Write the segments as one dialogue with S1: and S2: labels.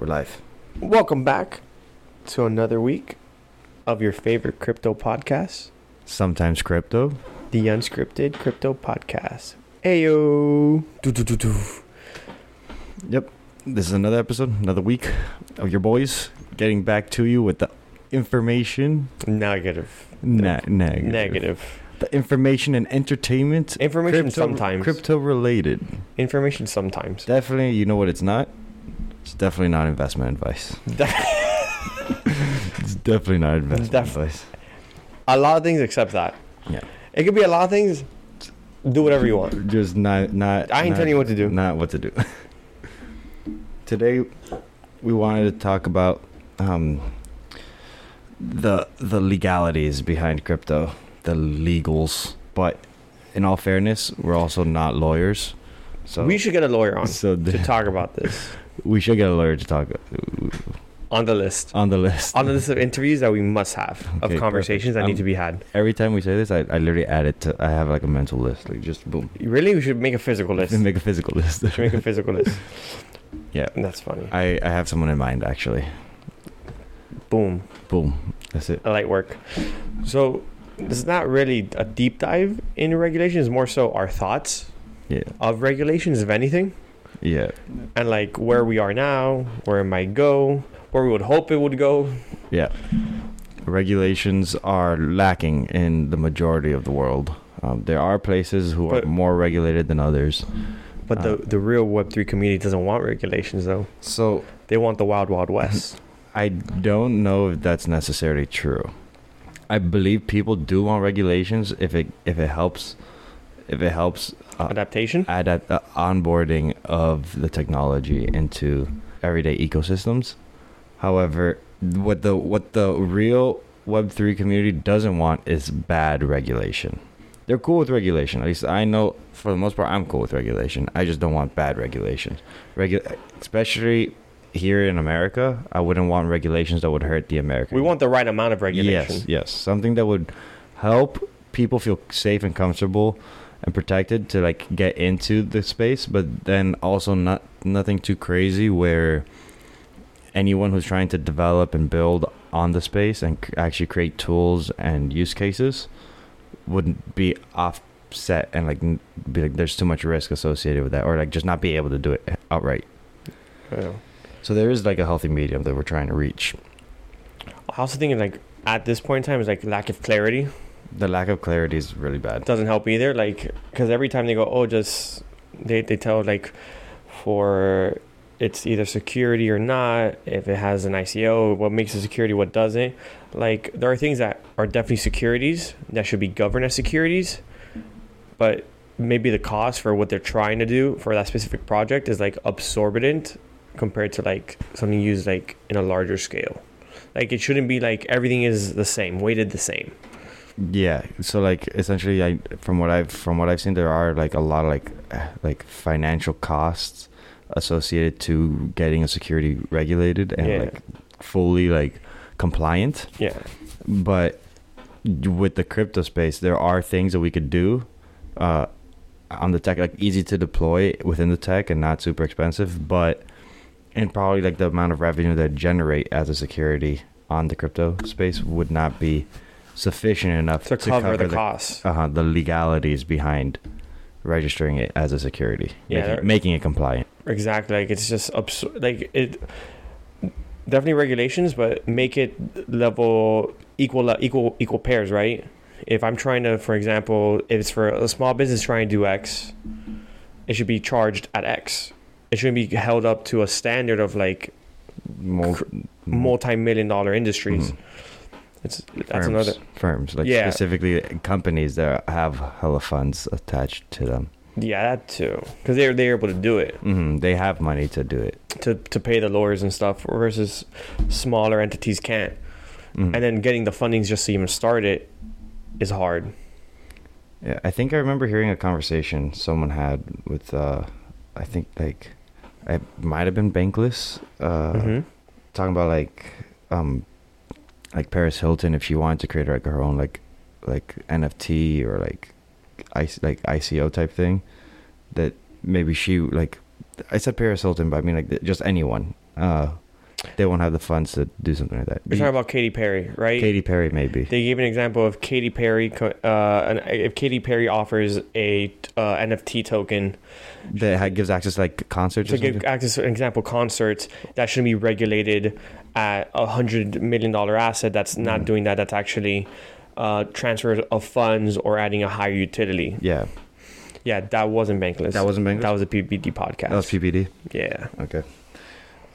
S1: life.
S2: Welcome back to another week of your favorite crypto podcast,
S1: Sometimes crypto.
S2: the Unscripted Crypto Podcast. Ayo. Do, do, do, do.
S1: This is another episode, another week of your boys getting back to you with the information.
S2: Negative.
S1: Na- negative.
S2: Negative.
S1: The information and entertainment.
S2: Information
S1: crypto-
S2: sometimes.
S1: Crypto related.
S2: Information sometimes.
S1: Definitely, you know what it's not? It's definitely not investment advice. It's definitely not investment
S2: Def-
S1: advice.
S2: a lot of things except that.
S1: Yeah.
S2: It could be a lot of things. Do whatever you want.
S1: Just not, not.
S2: I ain't
S1: not-
S2: telling you what to do.
S1: Not what to do. Today, we wanted to talk about um, the the legalities behind crypto, the legals. But in all fairness, we're also not lawyers, so
S2: we should get a lawyer on
S1: so
S2: to
S1: th-
S2: talk about this
S1: we should get a lawyer to talk
S2: on the list.
S1: on the list.
S2: On the list of interviews that we must have, of
S1: Okay, perfect.
S2: conversations that
S1: Um,
S2: need to be had.
S1: Every time we say this, I, I literally add it to. I have like a mental list, like just boom,
S2: Really, we should make a physical list.
S1: make a physical list.
S2: should make a physical list.
S1: Yeah.
S2: That's funny.
S1: I I have someone in mind actually.
S2: Boom.
S1: Boom, that's it.
S2: I like work. So this is not really a deep dive in regulations, more so our thoughts
S1: Yeah,
S2: of regulations, if anything,
S1: yeah,
S2: and like where we are now, where it might go, where we would hope it would go.
S1: yeah. Regulations are lacking in the majority of the world. Um, there are places who
S2: But-
S1: are more regulated than others.
S2: But
S1: Uh.
S2: the the real Web three community doesn't want regulations though.
S1: So
S2: They want the wild wild west.
S1: I don't know if that's necessarily true. I believe people do want regulations if it if it helps if it helps uh,
S2: Adaptation.
S1: add at the onboarding of the technology into everyday ecosystems. However, what the what the real Web3 community doesn't want is bad regulation. They're cool with regulation. At least I know for the most part I'm cool with regulation. I just don't want bad regulations. Regu- especially here in America, I wouldn't want regulations that would hurt the American.
S2: We want the right amount of regulation.
S1: Yes, yes. Something that would help people feel safe and comfortable and protected to like get into the space, but then also not nothing too crazy where anyone who's trying to develop and build on the space and c- actually create tools and use cases wouldn't be offset and like n- be like there's too much risk associated with that or like just not be able to do it outright.
S2: Yeah.
S1: So there is like a healthy medium that we're trying to reach.
S2: I also think like at this point in time is like lack of clarity
S1: The lack of clarity is really bad.
S2: doesn't help either. Like because every time they go, oh, just they they tell like for it's either security or not. If it has an ICO, what makes it security, what doesn't. Like there are things that are definitely securities that should be governed as securities, but maybe the cost for what they're trying to do for that specific project is like absorbent compared to like something used like in a larger scale. Like it shouldn't be like everything is the same, weighted the same.
S1: Yeah. So like essentially I from what I've from what I've seen there are like a lot of like eh, like financial costs associated to getting a security regulated and
S2: Yeah.
S1: like fully like compliant.
S2: Yeah.
S1: But with the crypto space there are things that we could do uh on the tech like easy to deploy within the tech and not super expensive, but and probably like the amount of revenue that generate as a security on the crypto space would not be sufficient enough
S2: To, cover, the, costs.
S1: uh-huh, the legalities behind registering it as a security,
S2: Yeah, there-
S1: making, making it compliant.
S2: Exactly. Like it's just absurd. Like it definitely regulations, but make it level equal le- equal equal pairs, right? If I'm trying to, for example, if it's for a small business trying to do X, it should be charged at X. It shouldn't be held up to a standard of like
S1: Mul-
S2: Cr-
S1: Mm-hmm.
S2: multi-million dollar industries.
S1: Mhm.
S2: It's that's
S1: firms,
S2: another.
S1: firms, like
S2: Yeah.
S1: specifically companies that have hella funds attached to them.
S2: Yeah, that too. Because they're they're able to do it.
S1: hmm They have money to do it.
S2: to, to pay the lawyers and stuff versus smaller entities can't.
S1: Mhm.
S2: And then getting the fundings just to even start it is hard.
S1: Yeah, I think I remember hearing a conversation someone had with, uh, I think like, I might have been Bankless, uh,
S2: Mhm.
S1: talking about like, um, like Paris Hilton if she wanted to create like her own like, like NFT or like, I like ICO type thing, that maybe she like, I said Paris Hilton, but I mean like just anyone, uh, they won't have the funds to do something like that.
S2: We're talking about Katy Perry, right?
S1: Katy Perry, maybe.
S2: They gave an example of Katy Perry. co- Uh, an, if Katy Perry offers a uh, NFT token
S1: that ha- gives access to like concerts.
S2: to
S1: or something.
S2: give access to, an example, concerts that shouldn't be regulated at a hundred million dollar asset. That's not
S1: Mhm.
S2: doing that. That's actually uh, transfer of funds or adding a higher utility.
S1: yeah,
S2: Yeah, that wasn't bankless.
S1: that wasn't Bengals.
S2: that was a PBD podcast.
S1: That was PPD.
S2: yeah,
S1: Okay.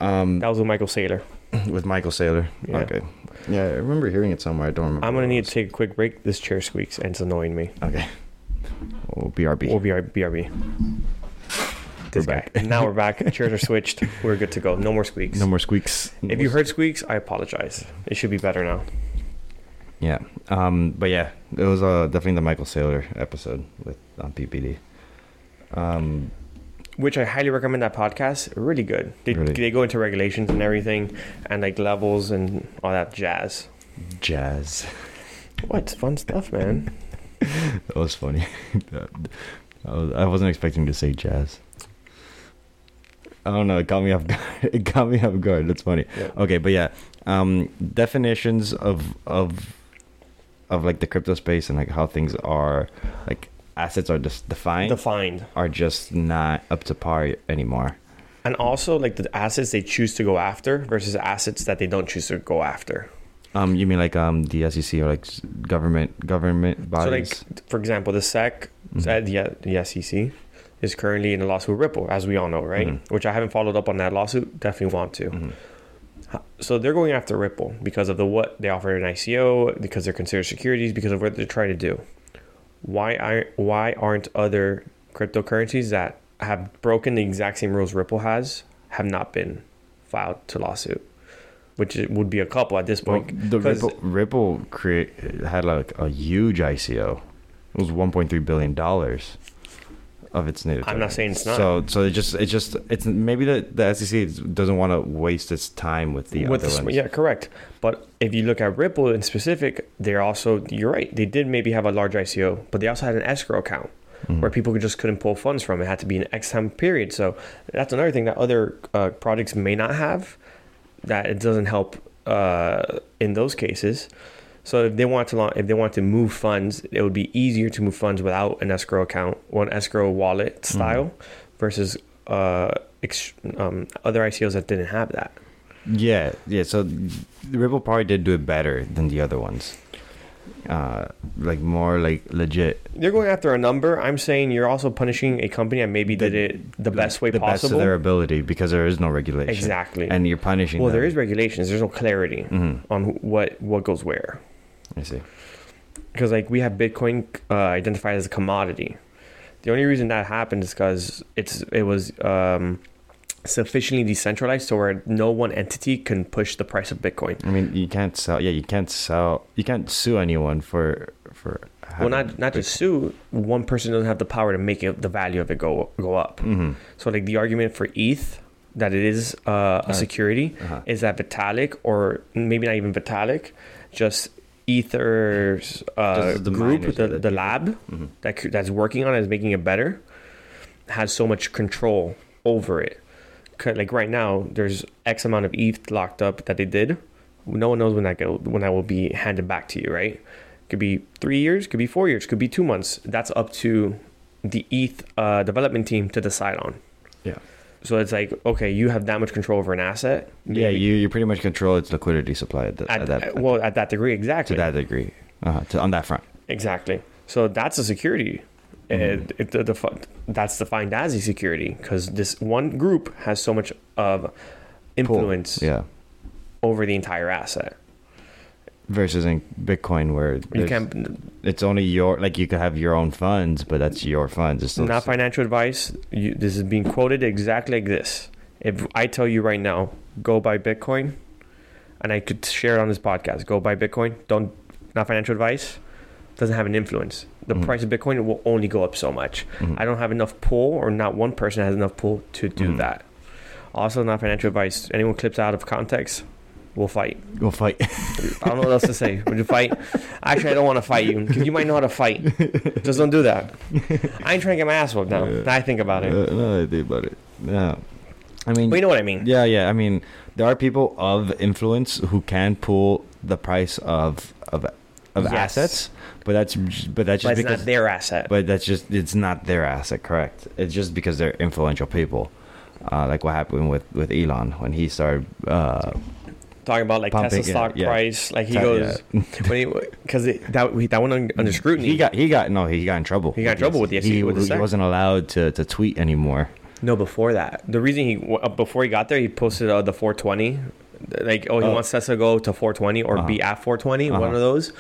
S1: Um,
S2: that was with Michael Saylor.
S1: with Michael Saylor.
S2: Yeah.
S1: Okay. Yeah, I remember hearing it somewhere. I don't remember.
S2: I'm gonna
S1: where it
S2: need to take a quick break. This chair squeaks and it's annoying me.
S1: was. Okay. Oh, BRB.
S2: Or BR, BRB. This
S1: We're
S2: guy. now we're back. Chairs are switched. We're good to go. No more squeaks.
S1: No more squeaks.
S2: if you heard squeaks, I apologize. It should be better now.
S1: Yeah. Um. But yeah, it was uh definitely the Michael Saylor episode with on PPD. Um.
S2: Which I highly recommend that podcast. Really good. They,
S1: Really.
S2: they go into regulations and everything and like levels and all that jazz.
S1: Jazz.
S2: What? It's fun stuff, man.
S1: That was funny. That- I was- I wasn't expecting to say jazz. I don't know. It got me off guard. It got me off guard. That's funny.
S2: Yeah.
S1: Okay, but yeah, um, definitions of of of like the crypto space and like how things are, like assets are just defined
S2: Defined.
S1: are just not up to par anymore.
S2: And also like the assets they choose to go after versus assets that they don't choose to go after.
S1: Um, you mean like um the SEC or like s- government government bodies?
S2: So like for example, the E SEC
S1: Mhm.
S2: uh, the, the SEC is currently in a lawsuit with Ripple, as we all know, right?
S1: Mhm.
S2: Which I haven't followed up on that lawsuit. Definitely want to.
S1: Mhm.
S2: So they're going after Ripple because of the what they offer in ICO, because they're considered securities, because of what they're trying to do. Why are why aren't other cryptocurrencies that have broken the exact same rules Ripple has have not been filed to lawsuit? Which it would be a couple at this
S1: Well,
S2: point.
S1: the
S2: 'cause-
S1: Ripple Ripple create had like a huge ICO. It was 1.3 billion dollars of its native.
S2: I'm not
S1: token.
S2: saying it's not.
S1: So so it just it just it's maybe the the SEC doesn't want to waste its time with the
S2: With
S1: other
S2: the sm-
S1: ones.
S2: Yeah, correct. But if you look at Ripple in specific, they're also you're right. They did maybe have a large ICO, but they also had an escrow account
S1: Mhm.
S2: where people could- just couldn't pull funds from. It had to be an X time period. So that's another thing that other uh, projects may not have. That it doesn't help uh, in those cases. So if they want to launch, if they want to move funds, it would be easier to move funds without an escrow account, one escrow wallet
S1: Hmm.
S2: style, versus uh, ex- um, other ICOs that didn't have that.
S1: Yeah, yeah. So the Ripple probably did do it better than the other ones. Uh, like more like legit.
S2: They're going after a number. I'm saying you're also punishing a company that maybe
S1: The-
S2: did it the
S1: like,
S2: best way
S1: the best
S2: possible.
S1: of their ability because there is no regulation.
S2: exactly.
S1: And you're punishing.
S2: well, there is regulations. There's no clarity
S1: hmm
S2: on wh- what what goes where.
S1: I see.
S2: Because like we have Bitcoin uh, identified as a commodity. The only reason that happened is because it's it was um, sufficiently decentralized to where no one entity can push the price of Bitcoin.
S1: I mean, you can't sell. Yeah, you can't sell. You can't sue anyone for for.
S2: Well, not not just sue. One person doesn't have the power to make it, the value of it go go up.
S1: hmm
S2: So like the argument for ETH that it is uh, a
S1: Alright.
S2: security
S1: Uh-huh.
S2: is that Vitalik or maybe not even Vitalik, just E Ether's uh,
S1: Just the
S2: group,
S1: miners
S2: the,
S1: that-
S2: the lab
S1: Mhm.
S2: that c- that's working on it, is making it better, has so much control over it. 'Cause, Like right now, there's X amount of ETH locked up that they did. No one knows when that go, when that will be handed back to you, right? Could be three years, could be four years, could be two months. That's up to the ETH uh, development team to decide on.
S1: Yeah.
S2: So it's like, okay, you have that much control over an asset.
S1: Yeah,
S2: Maybe-
S1: you you pretty much control its liquidity supply at, the, at,
S2: at,
S1: that
S2: at- well at that degree
S1: to
S2: exactly
S1: that degree. Uh-huh, to, on that front.
S2: exactly so that's a security
S1: Mm-hmm.
S2: and it, the, the, fu- that's defined as a security because this one group has so much of
S1: Pull.
S2: influence
S1: Yeah.
S2: over the entire asset
S1: Versus in Bitcoin, where
S2: you
S1: there's-
S2: can't
S1: it's only your like you could have your own funds, but that's your funds. It's still
S2: not financial advice you, this is being quoted exactly like this if i tell you right now go buy bitcoin and i could share it on this podcast go buy bitcoin don't not financial advice doesn't have an influence the
S1: Mhm.
S2: price of bitcoin will only go up so much
S1: Mhm.
S2: I don't have enough pull, or not one person has enough pull to do
S1: Mhm.
S2: that. Also, not financial advice. Anyone clips out of context, we'll fight.
S1: We'll fight.
S2: I don't know what else to say. Would you fight? Actually, I don't want to fight you because you might know how to fight. Just don't do that. I ain't trying to get my ass whooped now. Now I think about it.
S1: Uh, no, I think about it. Yeah. I mean,
S2: But you know what I mean.
S1: yeah, yeah. I mean, there are people of influence who can pull the price of of of
S2: Yes.
S1: assets, but that's but that's
S2: but
S1: just
S2: it's
S1: because
S2: not their asset.
S1: but that's just it's not their asset, correct? It's just because they're influential people. Uh, like what happened with, with Elon when he started uh,
S2: Talking about like
S1: Pumping,
S2: Tesla
S1: yeah,
S2: stock
S1: yeah.
S2: price, like he
S1: Ta- Mm.
S2: goes because that he- that went un- under scrutiny.
S1: He got he got no he got in trouble.
S2: He got in trouble with the
S1: He,
S2: SEC, with the
S1: he
S2: SEC.
S1: wasn't allowed to, to tweet anymore.
S2: No, before that, the reason he uh, before he got there, he posted uh, the 420, like oh he
S1: Oh.
S2: wants Tesla to go to 420 or be at 420, one
S1: Uh-huh.
S2: of those,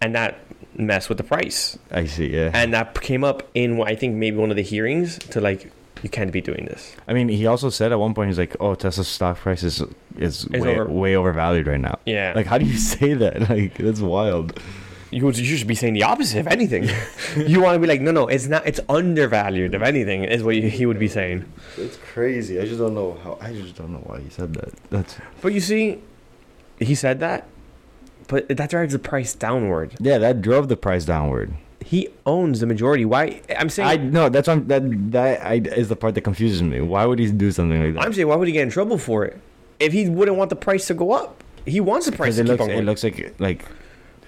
S2: and that messed with the price,
S1: I see. Yeah.
S2: and that came up in what I think maybe one of the hearings to like you can't be doing this.
S1: I mean, he also said at one point he's like, "Oh, Tesla's stock price is is way,
S2: over-
S1: way overvalued right now."
S2: Yeah,
S1: Like, how do you say that? Like, that's wild.
S2: you, would- you should be saying the opposite if anything. you want to be like no no it's not it's undervalued if anything is what you, he would be saying.
S1: It's crazy. I just don't know how. I just don't know why he said that. That's
S2: But you see, he said that, but that drives the price downward.
S1: yeah. That drove the price downward.
S2: He owns the majority. Why I'm saying
S1: I no. That's what I'm, that that I, is the part that confuses me. Why would he do something like that?
S2: I'm saying, why would he get in trouble for it? If he wouldn't want the price to go up, he wants the
S1: because
S2: price to
S1: it
S2: keep
S1: looks
S2: on
S1: it
S2: going.
S1: looks like like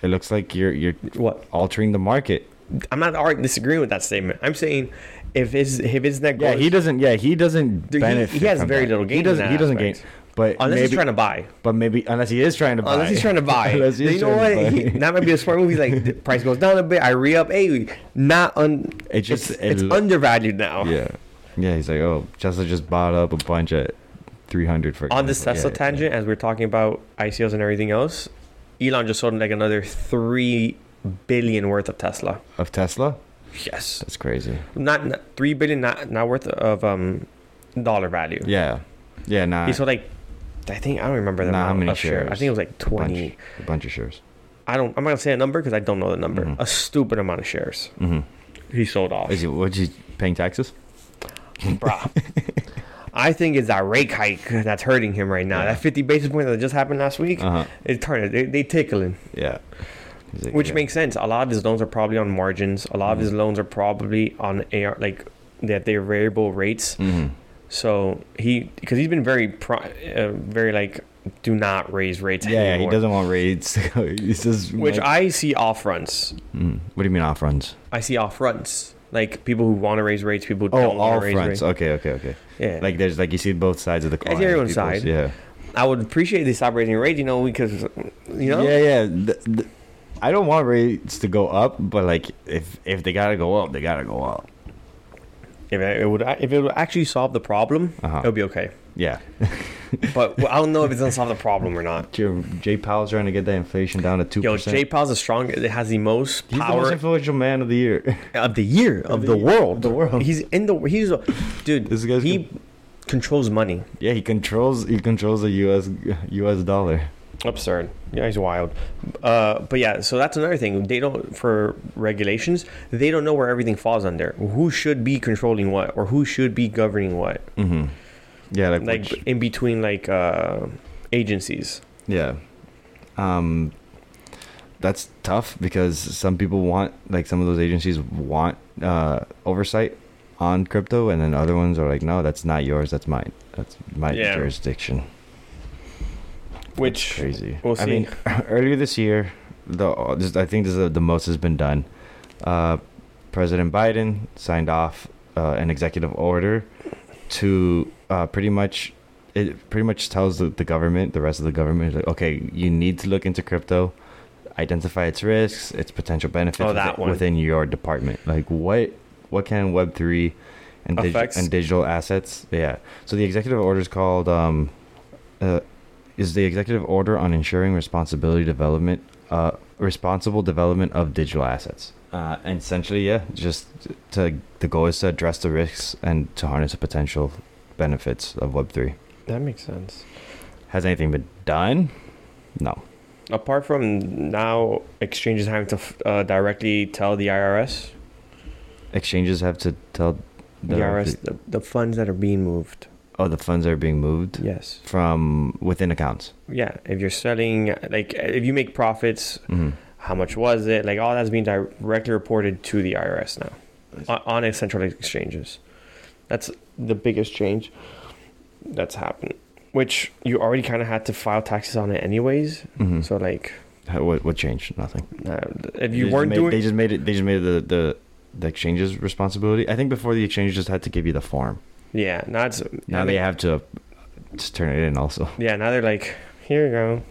S1: it looks like you're you're
S2: What?
S1: altering the market.
S2: I'm not ar- disagreeing with that statement. I'm saying, if his if his net
S1: Yeah,
S2: goes,
S1: he doesn't. Yeah, he doesn't
S2: Dude, he-
S1: benefit.
S2: he has
S1: from
S2: very
S1: that.
S2: little gain
S1: He
S2: in
S1: doesn't.
S2: that
S1: He doesn't gain.
S2: aspect.
S1: But
S2: unless
S1: maybe,
S2: he's trying to buy,
S1: But maybe unless he is trying to buy.
S2: unless he's trying to buy,
S1: Unless he's
S2: Then you know
S1: trying to
S2: what?
S1: buy.
S2: He, that might be a smart movie. Like the price goes down a bit, I re up. Hey, not un.
S1: It just-
S2: it's,
S1: it
S2: it's
S1: lo-
S2: undervalued now.
S1: yeah, yeah. He's like, oh, Tesla just bought up a bunch at three hundred for.
S2: On this
S1: example.
S2: Tesla
S1: Yeah, yeah.
S2: tangent, as we we're talking about ICOs and everything else, Elon just sold like another three billion worth of Tesla.
S1: of Tesla,
S2: Yes.
S1: that's crazy.
S2: not, not three billion, not not worth of um dollar value.
S1: Yeah, yeah. Nah,
S2: He sold like, I think I don't remember the
S1: Nah, how
S2: amount
S1: many
S2: of shares. I
S1: shares?
S2: think it was like twenty.
S1: a bunch of shares.
S2: I don't. I'm not gonna say a number because I don't know the number.
S1: Mhm.
S2: A stupid amount of shares
S1: hmm
S2: he sold off.
S1: Is he? What's he paying taxes?
S2: Bruh. I think it's that rake hike that's hurting him right now.
S1: Yeah.
S2: That 50 basis point that just happened last week,
S1: Uh huh.
S2: it turned. They, they tickling,
S1: Yeah. He's like,
S2: which
S1: yeah.
S2: makes sense. A lot of his loans are probably on margins. A lot of
S1: Mm-hmm.
S2: his loans are probably on AR, like that they're variable rates.
S1: Mhm.
S2: So he, because he's been very, pro, uh, very like, do not raise rates.
S1: Yeah, yeah, he
S2: anymore.
S1: doesn't want raids. He's just
S2: Which
S1: like-
S2: I see off runs.
S1: Mhm. What do you mean off runs?
S2: I see off runs. Like people who want to raise rates, people who
S1: Oh,
S2: don't
S1: all
S2: want to raise
S1: fronts.
S2: rates.
S1: Okay, okay, okay.
S2: Yeah, like
S1: Like there's like you see both sides of the
S2: I
S1: coin.
S2: see everyone's
S1: people's-
S2: side.
S1: Yeah.
S2: I would appreciate this operating rate, you know, because you know,
S1: Yeah, yeah. Th- th- I don't want rates to go up, but like if if they gotta go up, they gotta go up.
S2: if it would if it would actually solve the problem,
S1: Uh-huh.
S2: it would be okay.
S1: Yeah.
S2: But I don't know if it's gonna solve the problem or not.
S1: Jay Jay Powell's trying to get that inflation down to two
S2: Yo,
S1: percent.
S2: J Powell's the strongest. It has the most
S1: He's
S2: power
S1: the most influential man of the year.
S2: of the year of,
S1: the
S2: the,
S1: year,
S2: world.
S1: the world.
S2: He's in the. He's a, dude.
S1: This guy's
S2: he controls money.
S1: yeah, he controls he controls the U.S. U.S. dollar.
S2: absurd yeah he's wild uh, but yeah so that's another thing they don't for regulations they don't know where everything falls under who should be controlling what or who should be governing what
S1: Mm-hmm. Yeah, like,
S2: like
S1: which-
S2: in between like uh, agencies
S1: yeah. Um, that's tough because some people want like some of those agencies want uh, oversight on crypto, and then other ones are like, no, that's not yours. That's mine. That's my
S2: Yeah.
S1: jurisdiction.
S2: which
S1: crazy.
S2: We'll
S1: I
S2: see.
S1: mean, earlier this year, the uh, this, I think this is the most has been done. Uh, President Biden signed off uh, an executive order to uh, pretty much it pretty much tells the, the government, the rest of the government, like, okay, you need to look into crypto, identify its risks, its potential benefits
S2: Oh, that
S1: within,
S2: one.
S1: within your department. Like what what can Web three and, digi-
S2: Affects?
S1: and digital assets? Yeah. So the executive order is called um, uh, is the executive order on ensuring responsibility development, uh, responsible development of digital assets. Uh, and essentially, yeah, just to the goal is to address the risks and to harness the potential benefits of Web three.
S2: that makes sense
S1: Has anything been done? No.
S2: apart from now exchanges having to f- uh, directly tell the irs
S1: Exchanges have to tell
S2: the, irs the, the funds that are being moved
S1: oh the funds are being moved
S2: yes
S1: from within accounts.
S2: yeah if you're selling like if you make profits
S1: hmm
S2: how much was it like all that's being directly reported to the irs now on, on its central exchanges that's the biggest change that's happened which you already kind of had to file taxes on it anyways.
S1: Mhm.
S2: So like,
S1: How- what, what changed? Nothing.
S2: nah, if
S1: They
S2: you
S1: just
S2: weren't
S1: made-
S2: doing,
S1: They just made it. They just made it the the the exchange's responsibility. I think before the exchange just had to give you the form.
S2: yeah, now it's
S1: Now
S2: I
S1: they
S2: mean,
S1: have to just turn it in. Also,
S2: yeah, now they're like, here you go.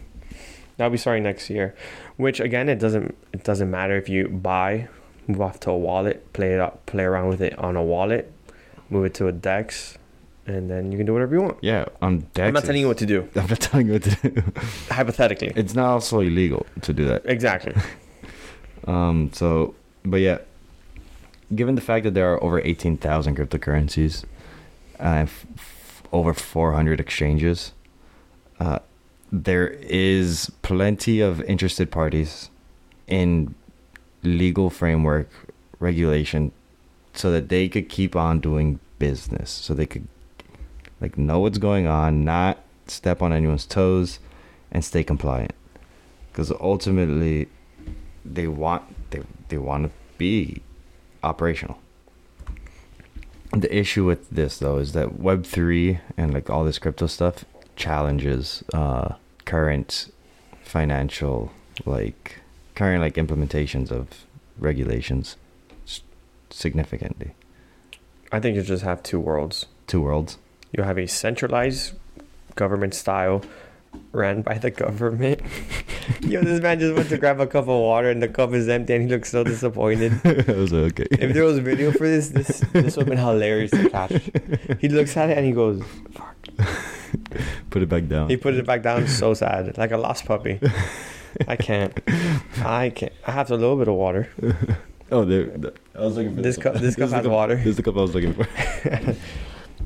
S2: I'll be sorry next year, which again, it doesn't it doesn't matter if you buy, move off to a wallet, play it up, play around with it on a wallet, move it to a Dex, and then you can do whatever you want.
S1: yeah. On Dex,
S2: I'm not telling you what to do,
S1: I'm not telling you what to do.
S2: hypothetically.
S1: It's not also illegal to do that.
S2: Exactly.
S1: Um. So, but yeah, given the fact that there are over eighteen thousand cryptocurrencies, uh, f- f- over four hundred exchanges, uh, there is plenty of interested parties in legal framework regulation, so that they could keep on doing business. So they could like know what's going on, not step on anyone's toes, and stay compliant. Because ultimately, they want they they want to be operational. The issue with this though is that Web three and like all this crypto stuff challenges uh, current financial like current like implementations of regulations s- significantly.
S2: I think you just have two worlds.
S1: Two worlds.
S2: You have a centralized government style ran by the government. Yo, this man just went to grab a cup of water and the cup is empty and he looks so disappointed.
S1: I was like, okay.
S2: If there was a video for this, this this would have been hilarious to catch. He looks at it and he goes,
S1: Put it back down.
S2: he put it back down so sad, like a lost puppy. I can't. I can't. I have a little bit of water.
S1: oh, there. th- I was looking for
S2: This cup, this cup
S1: is the
S2: has water.
S1: This is the cup I was looking for.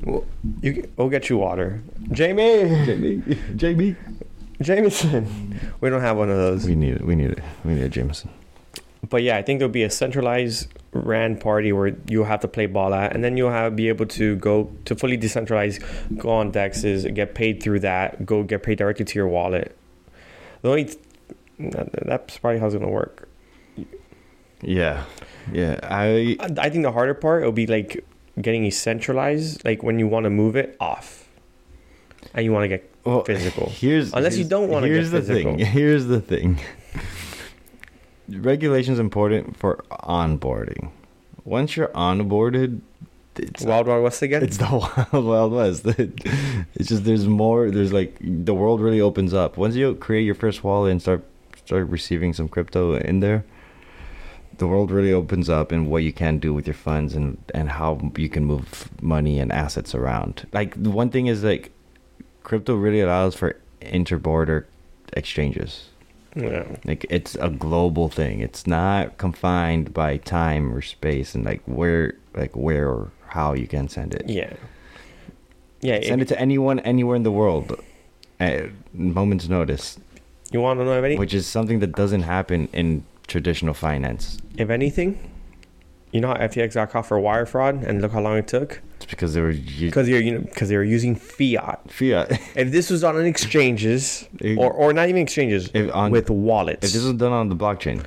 S2: We'll- You, we'll get you water. Jamie!
S1: Jamie, Jamie.
S2: Jameson! We don't have one of those.
S1: We need it. We need it. We need a Jameson.
S2: but yeah, I think there'll be a centralized RAN party where you'll have to play ball at, and then you'll have be able to go to fully decentralized, go on dexes, get paid through that, go get paid directly to your wallet. The only that- that's probably how it's gonna work.
S1: Yeah, yeah. I
S2: I I think the harder part will be like getting a centralized, like when you want to move it off, and you want to get
S1: well,
S2: physical.
S1: here's
S2: Unless you
S1: here's-
S2: don't wanna get
S1: Here's the
S2: physical.
S1: thing. Here's the thing. Regulation's important for onboarding. Once you're onboarded, it's
S2: Wild Wild West again.
S1: it's the wild, wild west. it's just there's more. There's like the world really opens up once you create your first wallet and start start receiving some crypto in there. The world really opens up and what you can do with your funds and and how you can move money and assets around. Like the one thing is like crypto really allows for interborder exchanges.
S2: yeah.
S1: Like it's a global thing. It's not confined by time or space and like where like where or how you can send it
S2: yeah, yeah. if
S1: send it to anyone anywhere in the world at moment's notice
S2: you want to know if any,
S1: which is something that doesn't happen in traditional finance
S2: If anything, you know how FTX got caught for wire fraud and look how long it took?
S1: it's because they were u-
S2: Because they were, you know, because they were using fiat.
S1: fiat
S2: If this was on an exchanges
S1: They-
S2: or, or not even exchanges
S1: if on
S2: with
S1: if
S2: wallets
S1: this was done on the blockchain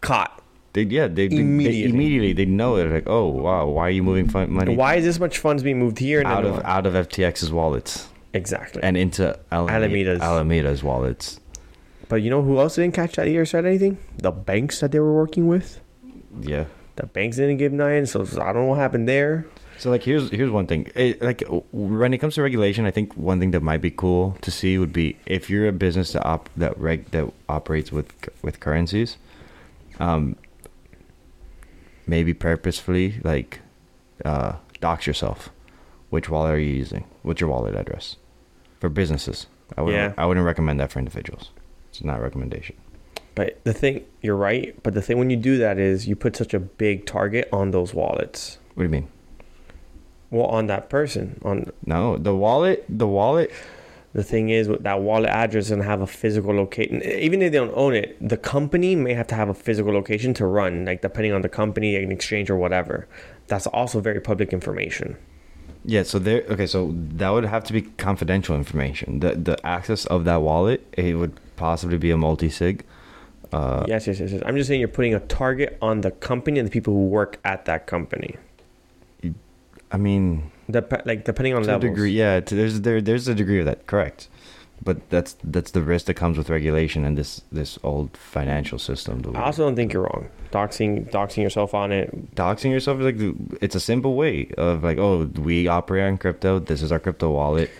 S2: caught.
S1: they yeah they they- they immediately
S2: Immediately.
S1: they, know it like oh wow why are you moving fun- money
S2: Why is this much funds being moved here and
S1: out
S2: then
S1: of
S2: why?
S1: out of FTX's wallets
S2: exactly?
S1: and into Alameda,
S2: Alameda's.
S1: Alameda's wallets
S2: but you know who else didn't catch that either? or said anything? The banks that they were working with.
S1: yeah
S2: The banks didn't give nine, so I don't know what happened there.
S1: So like here's here's one thing. It, like w- when it comes to regulation, I think one thing that might be cool to see would be if you're a business that op, that reg that operates with c- with currencies, um, maybe purposefully like uh, dox yourself. Which wallet are you using? What's your wallet address for businesses? I would
S2: Yeah.
S1: not I wouldn't recommend that for individuals. It's not a recommendation.
S2: But the thing, you're right. But the thing when you do that is you put such a big target on those wallets.
S1: What do you mean?
S2: Well, on that person, on
S1: No, the wallet the wallet
S2: The thing is, with that wallet address doesn't have a physical location. Even if they don't own it, the company may have to have a physical location to run, like depending on the company, an exchange, or whatever. That's also very public information.
S1: Yeah, so there. Okay, so that would have to be confidential information. The the access of that wallet, it would possibly be a multi sig. Uh,
S2: yes, yes, yes, yes. I'm just saying you're putting a target on the company and the people who work at that company.
S1: I mean,
S2: Dep- like depending on
S1: to a
S2: levels.
S1: degree, yeah. To, there's there there's a degree of that, correct? But that's that's the risk that comes with regulation and this this old financial system. that we-
S2: I also don't think you're wrong. Doxing doxing yourself on it.
S1: doxing yourself is like the- it's a simple way of like, oh, we operate on crypto. This is our crypto wallet.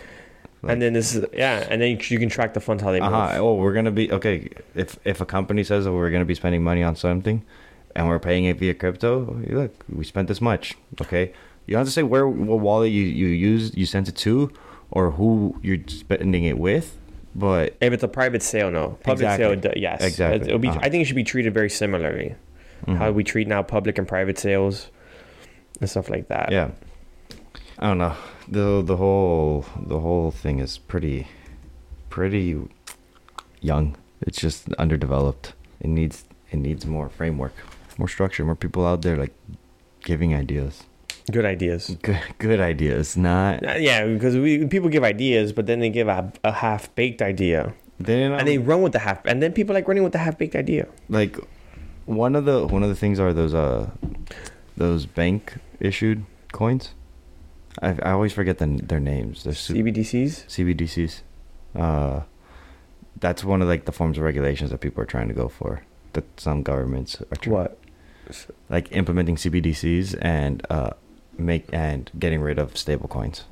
S1: Like-
S2: and then this is yeah, and then you can track the funds how they move.
S1: Uh-huh. Oh, we're gonna be okay. If if a company says that we're gonna be spending money on something, and we're paying it via crypto, hey, look, we spent this much. Okay, you don't have to say where what wallet you you used, you sent it to, or who you're spending it with, but
S2: If it's a private sale, no. Public
S1: Exactly.
S2: sale, d- yes.
S1: Exactly.
S2: It'll be.
S1: Uh-huh. Mm-hmm.
S2: I think it should be treated very similarly. How we treat now public and private sales, and stuff like that.
S1: yeah. I don't know. the The whole the whole thing is pretty pretty young. It's just underdeveloped. It needs it needs more framework, more structure, more people out there like giving ideas.
S2: Good ideas.
S1: good good ideas not
S2: Uh, Yeah, because we people give ideas, but then they give a, a half baked idea,
S1: they didn't
S2: and they run with the half, and then people like running with the half baked idea.
S1: like one of the one of the things are those uh those bank issued coins i, I always forget the, their names they're su-
S2: CBDCs.
S1: cbdc's uh that's one of like the forms of regulations that people are trying to go for that some governments are trying
S2: What?
S1: like implementing cbdc's and uh make and getting rid of stable coins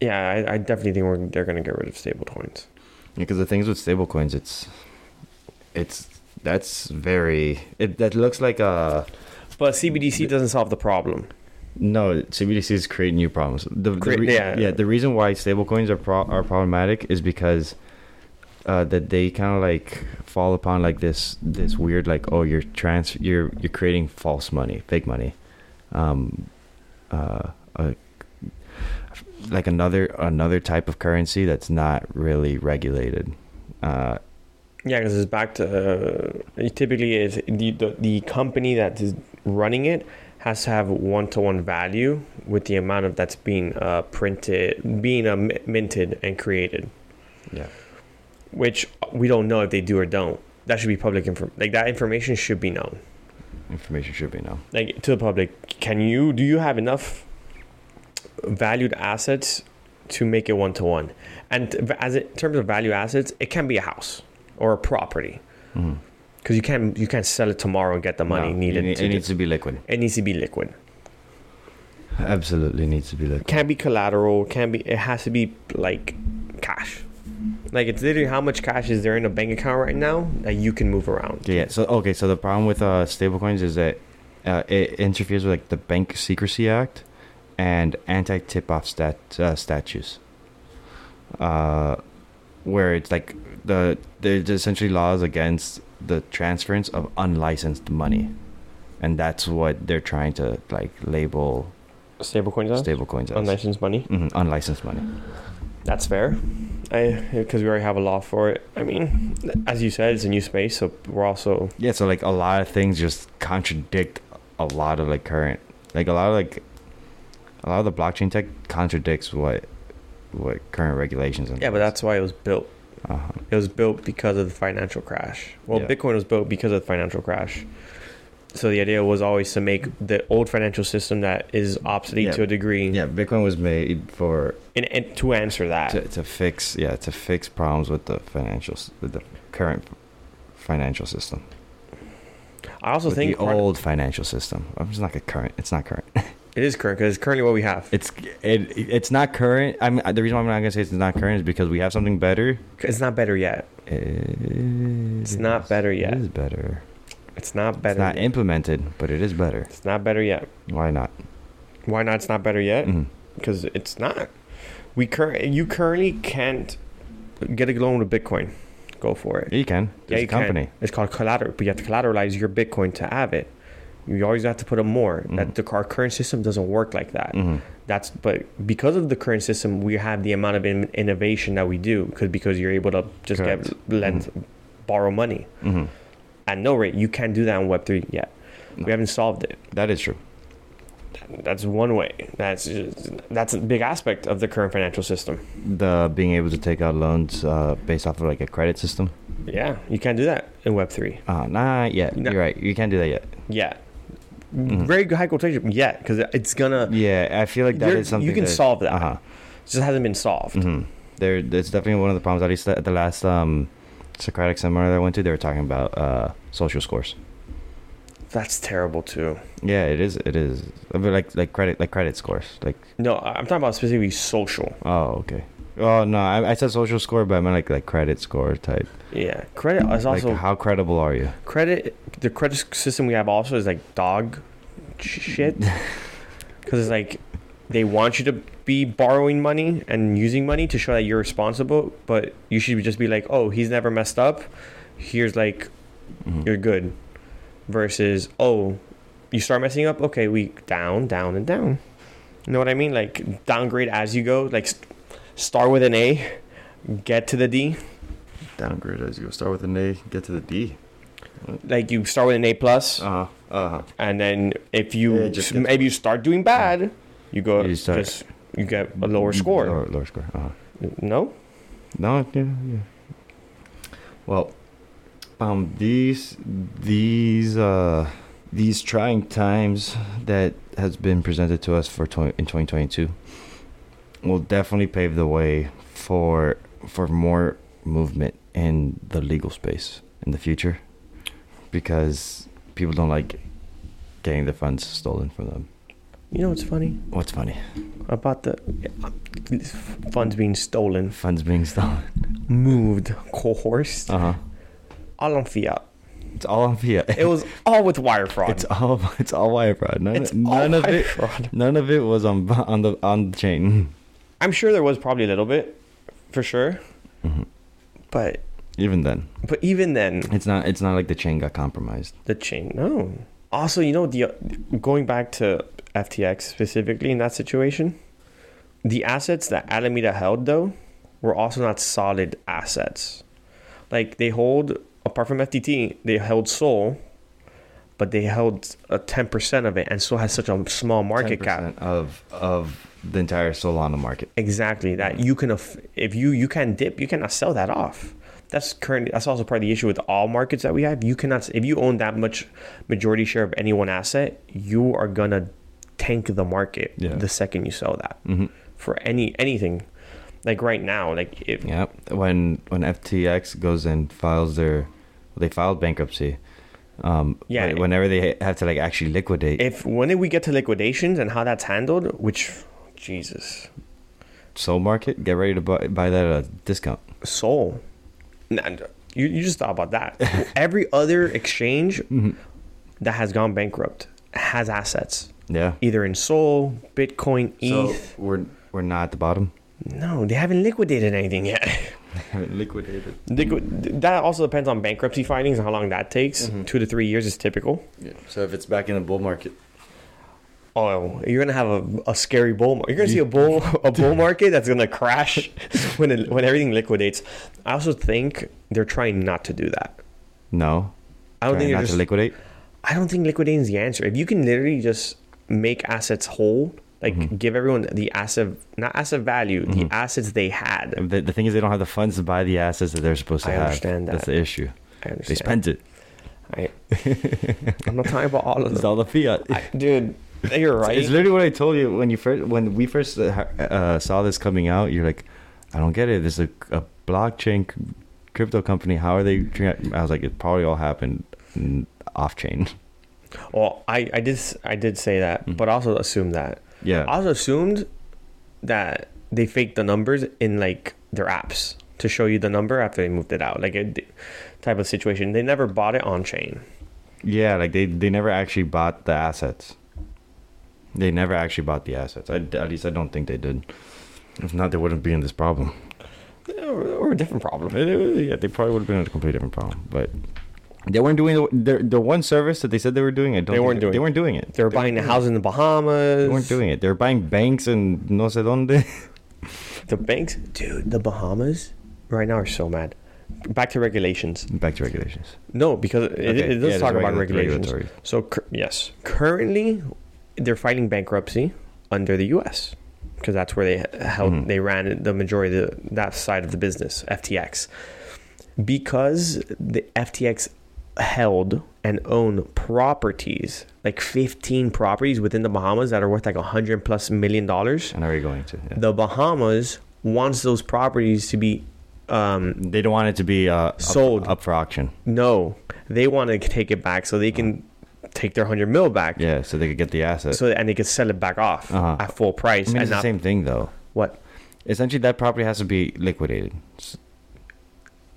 S2: Yeah, I, I definitely think we're, they're going to get rid of stablecoins.
S1: Because the things with stablecoins, it's it's that's very it that looks like a
S2: But CBDC doesn't solve the problem.
S1: no CBDCs create new problems. The, the
S2: Create-
S1: re-
S2: yeah.
S1: The reason why stablecoins are pro- are problematic is because uh, that they kind of like fall upon like this this weird like oh you're trans you're you're creating false money fake money, um, uh, a, like another another type of currency that's not really regulated. Uh,
S2: Yeah, because it's back to uh, typically is the, the the company that is running it has to have one to one value with the amount of that's being uh, printed, being uh, mi- minted and created,
S1: yeah.
S2: which uh, we don't know if they do or don't. That should be public inform. Like that information should be known,
S1: Information should be known.
S2: like to the public. Can you do you have enough valued assets to make it one to one? And t- as it, in terms of value assets, it can be a house or a property.
S1: Mhm.
S2: because you can't you can't sell it tomorrow and get the money
S1: No,
S2: needed.
S1: It, need-
S2: to
S1: it
S2: do-
S1: needs to be liquid.
S2: it needs to be liquid.
S1: Absolutely needs to be liquid.
S2: Can't be collateral. Can't be. It has to be like cash. Like it's literally how much cash is there in a bank account right now that you can move around.
S1: Yeah. So okay. So the problem with uh, stablecoins is that uh, it interferes with like the Bank Secrecy Act and anti-tip-off stat uh, statutes, uh, where it's like the there's essentially laws against the transference of unlicensed money, and that's what they're trying to like label
S2: Stablecoins, are?
S1: stablecoins as.
S2: unlicensed money.
S1: Mhm, unlicensed money.
S2: That's fair. I because we already have a law for it. I mean, as you said, it's a new space, so we're also
S1: Yeah, so like a lot of things just contradict a lot of like current, like a lot of like a lot of the blockchain tech contradicts what what current regulations and
S2: yeah. But that's why it was built.
S1: uh
S2: It was built because of the financial crash. Well,
S1: Yeah.
S2: Bitcoin was built because of the financial crash. So the idea was always to make the old financial system that is obsolete
S1: Yeah.
S2: to a degree,
S1: yeah. Bitcoin was made for
S2: and, and to answer that,
S1: to, to fix yeah to fix problems with the financial s- with the current financial system.
S2: I also
S1: with
S2: think
S1: the
S2: part-
S1: old financial system. I'm just not a current. It's not current.
S2: it is current because currently what we have
S1: It's it, it's not current. I'm the reason why I'm not gonna say it's not current is because we have something better.
S2: it's not better yet.
S1: It's
S2: not better yet.
S1: It is better.
S2: It's not better.
S1: It's not
S2: yet.
S1: implemented, but it is better.
S2: it's not better yet.
S1: Why not?
S2: Why not? It's not better yet
S1: Mhm.
S2: because it's not. We cur- you currently can't get a loan with Bitcoin. Go for it.
S1: Yeah, you can. There's
S2: you
S1: a
S2: can.
S1: company.
S2: It's called collateral, but you have to collateralize your Bitcoin to have it. You always have to put up more.
S1: Mm-hmm.
S2: That the our current system doesn't work like that.
S1: Mhm.
S2: That's but because of the current system, we have the amount of in, innovation that we do because because you're able to just
S1: Correct. Mm-hmm.
S2: get lend, borrow money
S1: Mhm.
S2: at no rate. You can't do that in Web three yet.
S1: No.
S2: We haven't solved it.
S1: That is true.
S2: That's one way. That's just, that's a big aspect of the current financial system.
S1: The being able to take out loans uh, based off of like a credit system.
S2: Yeah, you can't do that in Web three
S1: Uh, not yet.
S2: No.
S1: You're right. You can't do that yet.
S2: yet.
S1: Mhm.
S2: Very high quotation yet because it's
S1: Uh,
S2: gonna.
S1: Yeah, I feel like that is
S2: there-
S1: something
S2: you can solve that.
S1: Uh huh.
S2: It just hasn't been solved.
S1: hmm There, it's definitely one of the problems. At least at the last um, Socratic seminar that I went to, they were talking about uh, social scores.
S2: That's terrible too.
S1: Yeah, it is. It is. I mean, like like credit like credit scores. Like
S2: No, I- I'm talking about specifically social.
S1: oh okay. Oh no, I, I said social score, but I meant like like credit score type.
S2: Yeah, credit is also
S1: like uh, how credible are you?
S2: credit. The credit system we have also is like dog shit because it's like they want you to be borrowing money and using money to show that you're responsible, but you should just be like, oh, he's never messed up. Here's like
S1: Mhm.
S2: you're good versus oh you start messing up okay we down down and down you know what i mean like downgrade as you go like st- start with an a get to the d
S1: downgrade as you go. Start with an A, get to the D.
S2: like you start with an a plus
S1: Uh huh. Uh huh.
S2: and then if you
S1: Yeah, just
S2: s-
S1: get-
S2: maybe you start doing bad you go
S1: You start-
S2: just you get a lower score
S1: Lower, lower score. Uh huh.
S2: no
S1: No, yeah, yeah. Well, um, these these uh these trying times that has been presented to us for 20, in 2022 will definitely pave the way for for more movement in the legal space in the future because people don't like getting their funds stolen from them.
S2: you know what's funny
S1: What's funny?
S2: about the uh, funds being stolen
S1: Funds being stolen.
S2: moved coerced
S1: Uh huh.
S2: all on fiat
S1: It's all on fiat.
S2: it was all with wire fraud
S1: It's all it's all wire fraud. None,
S2: It's
S1: none
S2: all
S1: of
S2: wire
S1: it
S2: fraud.
S1: none of it was on on the on the chain.
S2: I'm sure there was probably a little bit, for sure.
S1: Mhm.
S2: But
S1: Even then,
S2: but even then,
S1: it's not it's not like the chain got compromised.
S2: the chain no. Also, you know the going back to FTX specifically in that situation, the assets that Alameda held though were also not solid assets. Like they hold apart from FTT, they held Soul, but they held a ten percent of it, and Soul has such a small market cap.
S1: 10% of of the entire Solana market.
S2: Exactly that you can aff- if you you can dip you cannot sell that off. That's currently that's also part of the issue with all markets that we have. You cannot if you own that much majority share of any one asset, you are gonna tank the market
S1: Yeah.
S2: the second you sell that
S1: Mm-hmm.
S2: for any anything. Like right now, like if
S1: Yep. When when FTX goes and files their they filed bankruptcy. Um,
S2: Yeah.
S1: but Whenever they have to like actually liquidate,
S2: if when we get to liquidations and how that's handled, which Jesus
S1: Soul Market, get ready to buy, buy that at a discount.
S2: soul, Nah, you you just thought about that. Every other exchange
S1: Mm-hmm.
S2: that has gone bankrupt has assets.
S1: Yeah.
S2: either in Sol, Bitcoin,
S1: So
S2: ETH.
S1: we're we're not at the bottom.
S2: no, they haven't liquidated anything yet.
S1: Haven't liquidated.
S2: Liqui- that also depends on bankruptcy findings and how long that takes.
S1: Mm-hmm.
S2: Two to three years is typical.
S1: Yeah. So if it's back in the bull market,
S2: Oh, you're gonna have a, a scary bull. mar- You're gonna see a bull a bull market that's gonna crash when it, when everything liquidates. I also think they're trying not to do that.
S1: no.
S2: I don't
S1: Trying
S2: think they're
S1: not
S2: just
S1: to liquidate.
S2: I don't think liquidating is the answer. If you can literally just make assets whole, like
S1: Mm-hmm.
S2: give everyone the asset, not asset value, the assets they had.
S1: The, the thing is, they don't have the funds to buy the assets that they're supposed to
S2: I
S1: have.
S2: understand
S1: That's
S2: that.
S1: the issue.
S2: I understand.
S1: They spent it.
S2: I, I'm not talking about all of
S1: It's
S2: them.
S1: all the fiat.
S2: I, dude, you're right.
S1: It's literally what I told you when you first when we first uh, uh, saw this coming out. You're like, I don't get it. There's a, a blockchain c- crypto company. How are they? tra- I was like, it probably all happened mm, off chain.
S2: well, I, I did s- I did say that,
S1: Mm-hmm.
S2: but also assumed that.
S1: Yeah.
S2: I also assumed that they faked the numbers in like their apps to show you the number after they moved it out, like a d- type of situation. They never bought it on chain.
S1: Yeah, like they they never actually bought the assets. They never actually bought the assets. I, at least I don't think they did. If not, they wouldn't be in this problem.
S2: Or, or a different problem.
S1: It- it- Yeah, they probably would have been in a completely different problem, but they weren't doing the the, the one service that they said they were doing. I don't
S2: They
S1: think
S2: weren't doing
S1: They
S2: it.
S1: weren't doing it.
S2: They were buying a house in the Bahamas.
S1: They weren't doing it. They were buying banks and no sé dónde.
S2: the banks, dude. The Bahamas right now are so mad. Back to regulations.
S1: Back to regulations.
S2: No, because it,
S1: Okay,
S2: it does
S1: yeah,
S2: talk
S1: there's
S2: about
S1: regula-
S2: regulations.
S1: regulatory.
S2: So cur- yes, currently they're fighting bankruptcy under the U.S. because that's where they h- held
S1: Mhm.
S2: they ran the majority of the, that side of the business FTX because the FTX held and own properties, like 15 properties within the Bahamas that are worth like 100 plus million dollars.
S1: I know where you're going to. yeah.
S2: The Bahamas wants those properties to be um,
S1: they don't want it to be uh, up-
S2: Sold.
S1: up, for auction.
S2: no, they want to take it back so they can take their 100 mil back.
S1: Yeah, so they could get the asset.
S2: So and they can sell it back off
S1: Uh-huh.
S2: at full price
S1: I mean,
S2: and
S1: it's the
S2: not
S1: same thing though.
S2: what
S1: Essentially, that property has to be liquidated. S-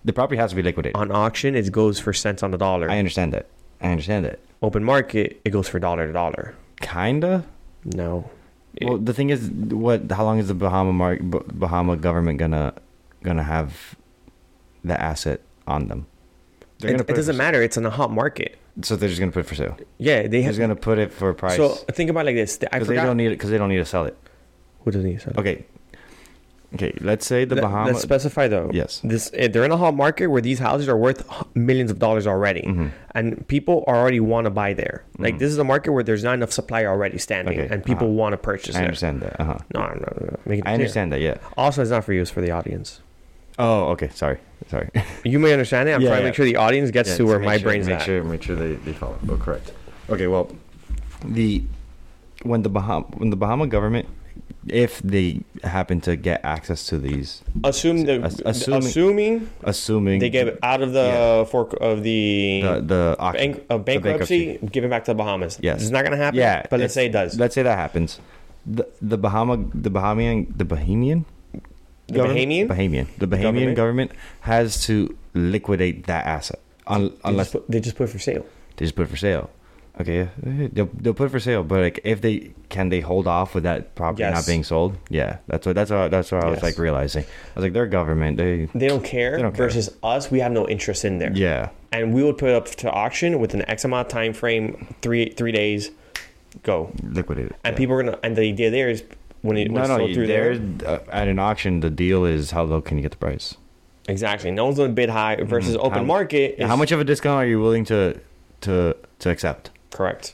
S1: The property has to be liquidated.
S2: on auction it goes for cents on the dollar.
S1: I understand that. I understand that.
S2: Open market it goes for dollar to dollar.
S1: Kinda.
S2: No, It-
S1: Well, the thing is, what? How long is the Bahama mar- B- Bahama government gonna gonna have the asset on them? They're
S2: it,
S1: gonna
S2: it
S1: put for
S2: doesn't
S1: s-
S2: matter. It's in a hot market.
S1: So they're just gonna put it for sale.
S2: Yeah, they
S1: They're
S2: have.
S1: just gonna put it for a price.
S2: So
S1: So
S2: think about it like this. I
S1: they
S2: forgot.
S1: don't need it because they don't need to sell it.
S2: Who doesn't need to sell?
S1: Okay. Okay. Let's say the
S2: Let-
S1: Bahama.
S2: Let's specify though.
S1: yes.
S2: This eh, they're in a hot market where these houses are worth h- millions of dollars already,
S1: Mhm.
S2: and people are already want to buy there. Like
S1: Mhm.
S2: this is a market where there's not enough supply already standing,
S1: Okay,
S2: and people
S1: uh-huh.
S2: want to purchase
S1: I
S2: there.
S1: understand that. Uh huh.
S2: No, I'm not, I'm not making
S1: I
S2: it clear.
S1: understand that. Yeah.
S2: Also, it's not for you; it's for the audience.
S1: Oh. Okay. Sorry. Sorry.
S2: You may understand it. I'm
S1: Yeah,
S2: trying
S1: yeah.
S2: to make sure the audience gets
S1: Yeah,
S2: to where
S1: make
S2: my
S1: sure-
S2: brain's
S1: make
S2: at.
S1: sure make sure they, they follow oh, correct okay well the when the bahama when the bahama government if they happen to get access to these
S2: Assume the,
S1: Ass-
S2: assuming,
S1: assuming- assuming
S2: they get out of the
S1: Yeah.
S2: fork of the,
S1: the the auction-
S2: bank, of
S1: the
S2: bankruptcy, give it back to the Bahamas.
S1: Yes.
S2: it's not gonna happen.
S1: yeah
S2: but
S1: it's-
S2: let's say it does.
S1: let's say that happens the the bahama the bahamian the bahamian
S2: The
S1: government-
S2: Bahamian?
S1: bahamian the bahamian
S2: Government?
S1: government has to liquidate that asset un,
S2: they,
S1: unless
S2: just put, they just put it for sale.
S1: They just put it for sale. Okay, yeah, they'll, they'll put it for sale, but like if they can they hold off with that property
S2: Yes.
S1: not being sold? Yeah, that's what that's what that's what I was
S2: Yes.
S1: like realizing. I was like, their government, they
S2: They don't care.
S1: They don't care.
S2: versus us, we have no interest in there.
S1: yeah,
S2: And we would put it up to auction with an X amount of time frame, three three days, go.
S1: liquidate it.
S2: And
S1: yeah.
S2: people are gonna. And the idea there is when it
S1: no,
S2: was
S1: no,
S2: sold
S1: you-
S2: through there,
S1: there uh, at an auction, the deal is how low can you get the price?
S2: exactly. No one's gonna bid high versus open
S1: Mm-hmm. How-
S2: market.
S1: Yeah,
S2: is-
S1: how much of a discount are you willing to to to accept?
S2: Correct.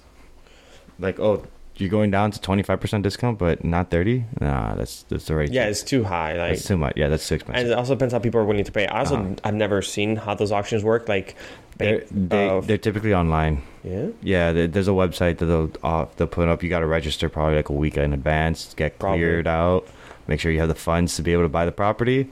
S1: Like, oh, you're going down to twenty five percent discount, but not thirty? Nah, that's that's already
S2: Yeah, it's too high. Like
S1: that's too much. Yeah, that's too expensive.
S2: And it also depends how people are willing to pay. I also
S1: Uh-huh.
S2: I've never seen how those auctions work. Like,
S1: They're,
S2: bank-
S1: they
S2: uh,
S1: they're typically online.
S2: yeah,
S1: Yeah, there- there's a website that they'll uh, they'll put up. You got to register probably like a week in advance, get
S2: Probably.
S1: cleared out, make sure you have the funds to be able to buy the property,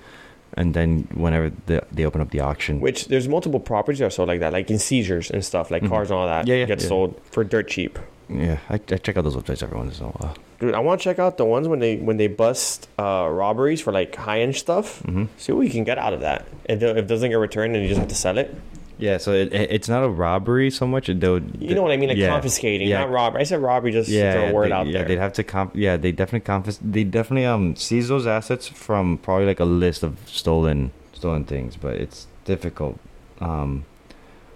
S1: and then whenever the, they open up the auction,
S2: which there's multiple properties that are sold like that, like in seizures and stuff, like
S1: Mhm.
S2: cars and all that.
S1: Yeah, yeah,
S2: gets
S1: yeah.
S2: sold for dirt cheap.
S1: yeah, I, I check out those websites every once in a while.
S2: Dude, I want to check out the ones when they when they bust uh, robberies for like high end stuff.
S1: hmm
S2: See what you can get out of that. If it if it doesn't get returned and you just have to sell it,
S1: Yeah, so it, it- it's not a robbery so much. It, they'll,
S2: you know what I mean? Like
S1: yeah,
S2: confiscating,
S1: yeah.
S2: not robbery. I said robbery just to throw
S1: Yeah,
S2: a word
S1: they,
S2: out
S1: yeah,
S2: there.
S1: they'd have to comp. Yeah, they definitely confis. They definitely um seize those assets from probably like a list of stolen stolen things, but it's difficult um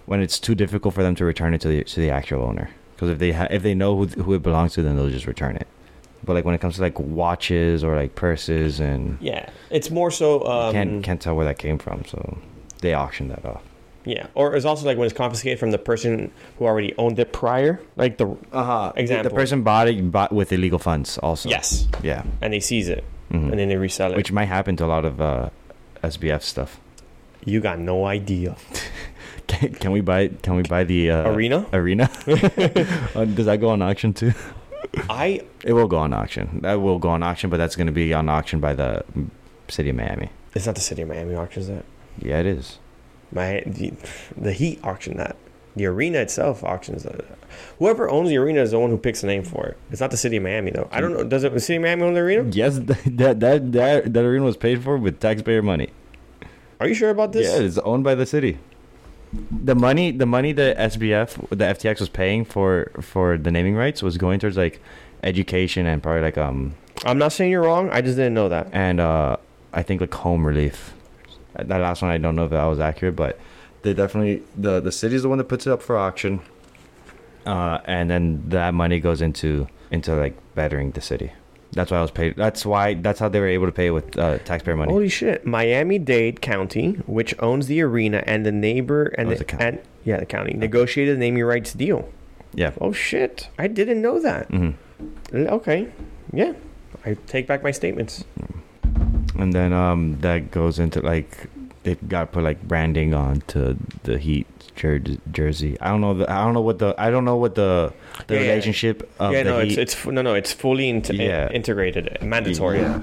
S1: when it's too difficult for them to return it to the to the actual owner because if they ha- if they know who who it belongs to, then they'll just return it. But like when it comes to like watches or like purses and
S2: yeah, it's more so. Um,
S1: can't can't tell where that came from, so they auction that off.
S2: Yeah, or it's also like when it's confiscated from the person who already owned it prior, like the
S1: Uh huh.
S2: Uh-huh. Example.
S1: The person bought it bought with illegal funds also.
S2: yes,
S1: Yeah.
S2: and they seize it
S1: Mhm.
S2: and then they resell it.
S1: Which might happen to a lot of uh, SBF stuff.
S2: you got no idea.
S1: Can, can we buy? Can we buy the uh,
S2: Arena,
S1: Arena? Uh, does that go on auction too?
S2: I
S1: It will go on auction. That will go on auction, but that's going to be on auction by the mm, city of Miami.
S2: it's not the city of Miami auctions that
S1: Yeah, it is.
S2: my the, the Heat auction that the arena itself auctions that. Whoever owns the arena is the one who picks the name for it. It's not the city of Miami though. I don't know. Does it the city of Miami own the arena?
S1: Yes, that that that, that arena was paid for with taxpayer money.
S2: Are you sure about this?
S1: yeah, it's owned by the city. The money, the money that SBF, the FTX was paying for for the naming rights was going towards like education and probably like um
S2: I'm not saying you're wrong. I just didn't know that.
S1: and uh, I think like home relief. That last one, I don't know if that was accurate, but they definitely the the city's the one that puts it up for auction, uh, and then that money goes into into like bettering the city. That's why I was paid. That's why. That's how they were able to pay with uh, taxpayer money.
S2: Holy shit! Miami Dade County, which owns the arena and the neighbor and
S1: Oh, it's
S2: the,
S1: a county.
S2: and yeah, the county negotiated the naming rights deal.
S1: Yeah.
S2: Oh shit! I didn't know that.
S1: hmm
S2: L- Okay, yeah, I take back my statements.
S1: And then um, that goes into like they've got to put like branding on to the Heat jer- jersey. I don't know. The, I don't know what the I don't know what the the
S2: Yeah, yeah.
S1: relationship of
S2: yeah,
S1: the
S2: no,
S1: Heat.
S2: it's, it's fu- no, no, it's fully int-
S1: Yeah.
S2: integrated, mandatory.
S1: Yeah.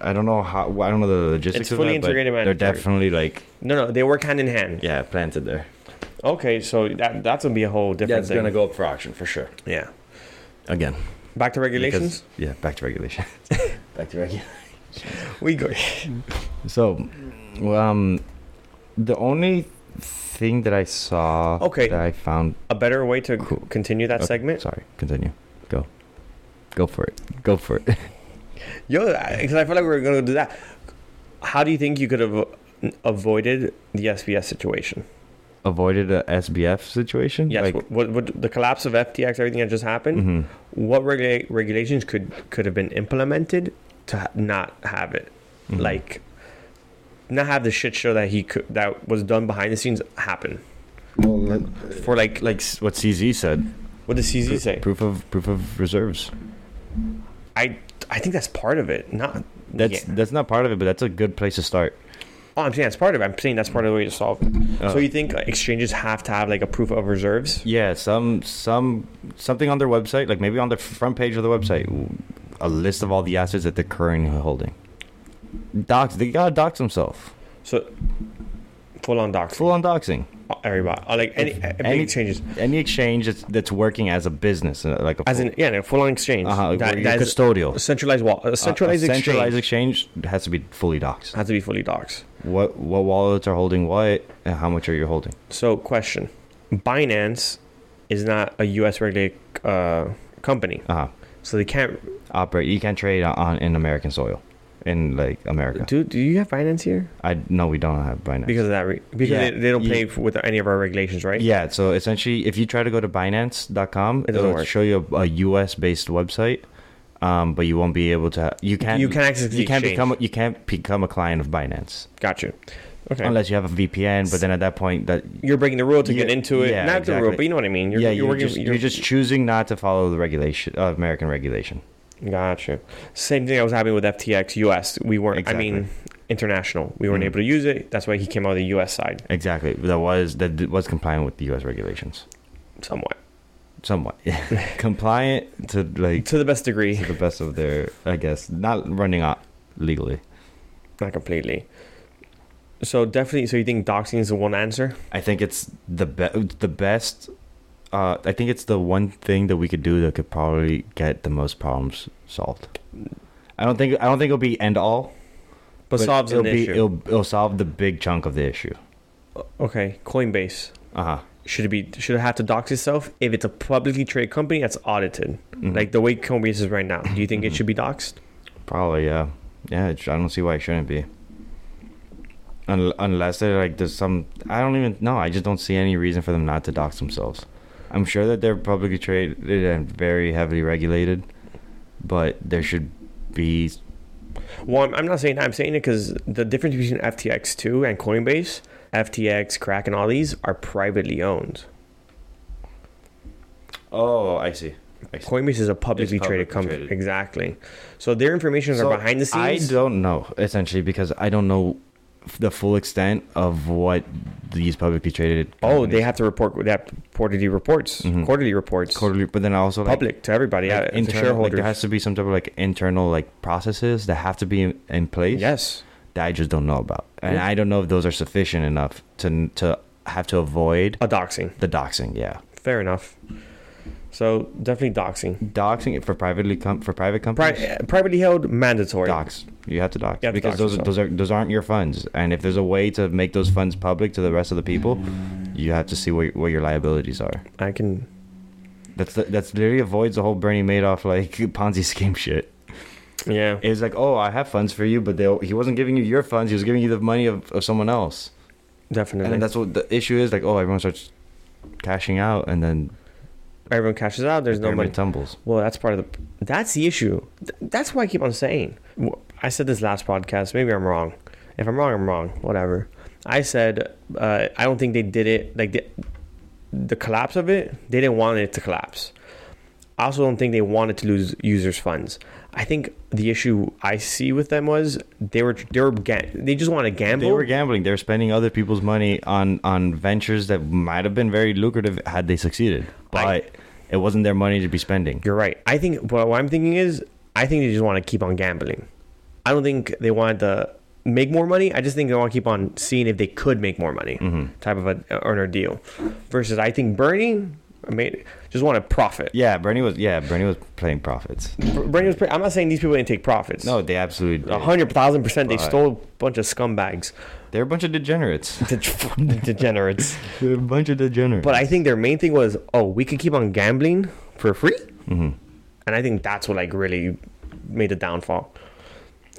S1: I don't know how. I don't know the logistics
S2: It's
S1: of
S2: fully
S1: that, but
S2: integrated
S1: They're
S2: mandatory.
S1: definitely like
S2: No, no, they work hand in hand.
S1: yeah planted there.
S2: Okay, so that that's gonna be a whole different
S1: yeah, it's
S2: thing.
S1: gonna go up for auction for sure.
S2: Yeah.
S1: Again,
S2: Back to regulations.
S1: Because- yeah, back to regulation. back to regulation.
S2: we go.
S1: So, well, um, the only thing that I saw
S2: Okay.
S1: that I found.
S2: A better way to
S1: Cool.
S2: continue that
S1: Okay.
S2: segment.
S1: Sorry, continue. Go, go for it. Go for it.
S2: Yo, because I, feel like we are gonna do that. How do you think you could have avoided the SBS situation?
S1: Avoided a SBF situation.
S2: Yes, Mm-hmm.
S1: Like,
S2: what, what, what the collapse of FTX, everything that just happened.
S1: mhm.
S2: What regula- regulations could could have been implemented to ha- not have it?
S1: Mhm.
S2: like not have the shit show that he could that was done behind the scenes happen for like
S1: like s- what CZ said.
S2: what does CZ
S1: Pro-
S2: say?
S1: Proof of proof of reserves.
S2: I I think that's part of it. Not
S1: That's
S2: yeah.
S1: that's not part of it, but that's a good place to start.
S2: oh I'm saying that's part of it. I'm saying that's part of the way to solve it.
S1: Uh,
S2: so you think like, exchanges have to have like a proof of reserves?
S1: yeah, some some something on their website, like maybe on the front page of the website, a list of all the assets that they're currently holding. Dox, they gotta dox themselves.
S2: So full on docs.
S1: Full on doxing.
S2: everybody. Or, like any, any,
S1: any-
S2: exchanges.
S1: Any exchange that's, that's working as a business, uh, like a
S2: As in yeah, no, full on exchange.
S1: uh-huh,
S2: That-
S1: where you're
S2: that is
S1: custodial.
S2: a centralized wall. A centralized
S1: a
S2: exchange
S1: centralized exchange has to be fully doxed.
S2: has to be fully docs.
S1: What what wallets are holding what, and how much are you holding?
S2: So, question: Binance is not a U.S. regulated uh, company,
S1: Uh-huh.
S2: so they can't.
S1: Operate. You can't trade on, on in American soil, in like America.
S2: Do Do you have Binance here?
S1: I no, we don't have Binance.
S2: Because of that, re- because
S1: Yeah.
S2: they, they don't
S1: You-
S2: play f with any of our regulations, right?
S1: Yeah, so essentially, if you try to go to Binance.com,
S2: It doesn't
S1: it'll
S2: work.
S1: show you a, a US based website, um, but you won't be able to. You can't.
S2: you can access. The
S1: You can't
S2: exchange.
S1: become. a- You can't become a client of Binance
S2: Got you. Okay.
S1: unless you have a VPN. But then at that point, that
S2: you're breaking the rule to get
S1: Yeah,
S2: into it.
S1: yeah,
S2: not the rule,
S1: exactly.
S2: but you know what I mean. You're,
S1: yeah,
S2: you're,
S1: you're,
S2: working,
S1: just, you're, just choosing not to follow the regulation, uh, American regulation.
S2: Got you. Same thing I was happening with FTX US. We weren't. I mean, international. We weren't
S1: Mhm.
S2: able to use it. That's why he came out of the US side
S1: Exactly. That was that d- was compliant with the U.S. regulations,
S2: somewhat
S1: somewhat compliant to like
S2: to the best degree.
S1: to the best of their, I guess, not running out legally.
S2: Not completely. So definitely. So you think doxing is the one answer?
S1: I think it's the be- the best. Uh, I think it's the one thing that we could do that could probably get the most problems solved. I don't think I don't think it'll be end all,
S2: But, solves
S1: it'll
S2: an
S1: be
S2: issue.
S1: it'll it'll solve the big chunk of the issue.
S2: okay, Coinbase
S1: Uh huh.
S2: should it be should it have to dox itself if it's a publicly traded company that's audited,
S1: Mm-hmm.
S2: like the way Coinbase is right now. Do you think it
S1: Mhm.
S2: should be doxed?
S1: probably yeah, yeah. It, sh- I don't see why it shouldn't be. Un- unless they're like there's some I don't even know. I just don't see any reason for them not to dox themselves. I'm sure that they're publicly traded and very heavily regulated, but there should be
S2: Well, I'm, I'm not saying that. I'm saying it because the difference between FTX two and Coinbase, FTX, Crack, and all these are privately owned.
S1: Oh, I see.
S2: Coinbase is a publicly traded
S1: publicly
S2: company.
S1: traded.
S2: Exactly. So their information
S1: So,
S2: are behind the
S1: I
S2: scenes.
S1: don't know essentially because I don't know f- the full extent of what these publicly traded.
S2: Oh, they
S1: companies-
S2: have to report. They have quarterly reports,
S1: Mhm.
S2: quarterly reports,
S1: quarterly, but then also like,
S2: public to everybody,
S1: like,
S2: yeah, to
S1: internal, like,
S2: shareholders.
S1: there has to be some type of like internal like processes that have to be in, in place.
S2: yes.
S1: that I just don't know about, and
S2: Yeah.
S1: I don't know if those are sufficient enough to to have to avoid
S2: A doxing.
S1: the doxing. Yeah,
S2: Fair enough. So definitely doxing.
S1: doxing for privately com- for private companies.
S2: Pri- uh, privately held mandatory.
S1: docs. You have to docs
S2: You have to
S1: because
S2: dox
S1: those
S2: yourself.
S1: those are those aren't your funds. And if there's a way to make those funds public to the rest of the people, you have to see where, where your liabilities are.
S2: I can.
S1: That's the, that's literally avoids the whole Bernie Madoff like Ponzi scheme shit.
S2: Yeah.
S1: It's like, oh, I have funds for you, but they, he wasn't giving you your funds. He was giving you the money of, of someone else. And
S2: Definitely.
S1: then that's what the issue is. Like, oh, everyone starts cashing out, and then
S2: Everyone cashes out. There's no
S1: pyramid
S2: money.
S1: tumbles.
S2: Well, that's part of the. That's the issue. Th- That's why I keep on saying. Wh- I said this last podcast. Maybe I'm wrong. If I'm wrong, I'm wrong. Whatever. I said uh, I don't think they did it like the, the collapse of it. They didn't want it to collapse. I also don't think they wanted to lose users' funds. I think the issue I see with them was they were they were ga- they just want to gamble.
S1: They were gambling. They were spending other people's money on on ventures that might have been very lucrative had they succeeded, but
S2: I-
S1: it wasn't their money to be spending.
S2: You're right. I think what I'm thinking is I think they just want to keep on gambling. I don't think they wanted to make more money. I just think they want to keep on seeing if they could make more money,
S1: Mm-hmm.
S2: type of a uh, earner deal. Versus I think Bernie made just want to profit.
S1: Yeah, Bernie was. Yeah, Bernie was playing profits.
S2: Bernie was. Pretty, I'm not saying these people didn't take profits.
S1: No, they absolutely.
S2: A
S1: did.
S2: hundred thousand percent, they
S1: Right.
S2: stole a bunch of scumbags,
S1: They're a bunch of degenerates.
S2: de- degenerates.
S1: They're a bunch of degenerates.
S2: But I think their main thing was, oh, we could keep on gambling for free, and I think that's what like really made the downfall.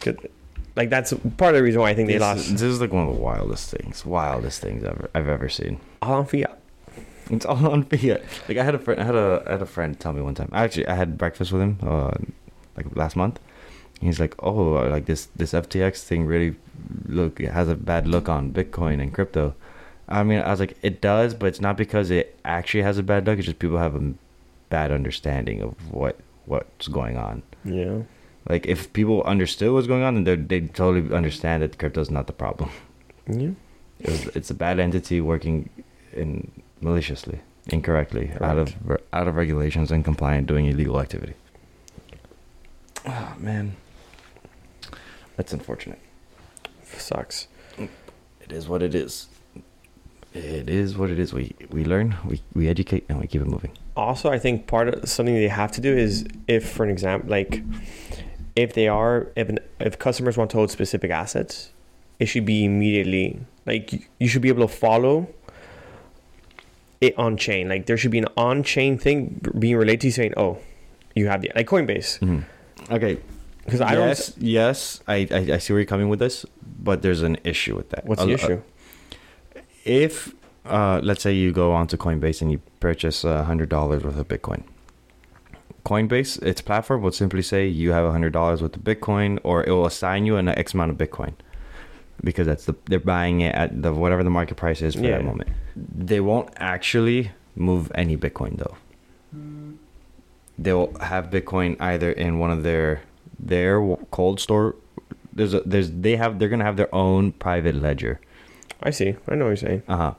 S2: 'Cause, Like that's part of the reason why I think they
S1: this,
S2: lost
S1: This is like one of the wildest things, wildest things ever I've ever seen.
S2: all on fiat.
S1: It's all on Fiat. Like I had a friend, I had a, I had a friend tell me one time. Actually, I had breakfast with him, uh, like last month. And He's like, oh, uh, like this this FTX thing really look it has a bad look on Bitcoin and crypto. I mean, I was like, it does, but it's not because it actually has a bad look. It's just people have a bad understanding of what what's going on.
S2: Yeah,
S1: Like if people understood what's going on, then they would totally understand that crypto's not the problem.
S2: yeah.
S1: It was, it's a bad entity working in maliciously, incorrectly, out of out of regulations, and compliant, doing illegal activity. Oh man, that's unfortunate.
S2: Sucks.
S1: It is what it is. It is what it is. We we learn, we we educate, and we keep it moving.
S2: Also, I think part of something they have to do is if, for an example, like if they are if an, if customers want to hold specific assets, it should be immediately like you- you should be able to follow it on chain. Like there should be an on chain thing being related to you saying, "Oh, you have the like Coinbase."
S1: Okay.
S2: Because I don't.
S1: Mm-hmm. yes, yes, I, I I see where you're coming with this, but there's an issue with that.
S2: What's
S1: A-
S2: the
S1: a-
S2: issue?
S1: if uh, let's say you go onto Coinbase and you purchase uh, hundred dollars worth of Bitcoin, Coinbase its platform will simply say you have hundred dollars worth of Bitcoin, or it will assign you an X amount of Bitcoin because that's the they're buying it at the whatever the market price is for
S2: Yeah.
S1: that moment. They won't actually move any Bitcoin though. They'll have Bitcoin either in one of their their cold store. There's a, there's they have they're gonna have their own private ledger.
S2: I see. I know what you're saying.
S1: Uh huh.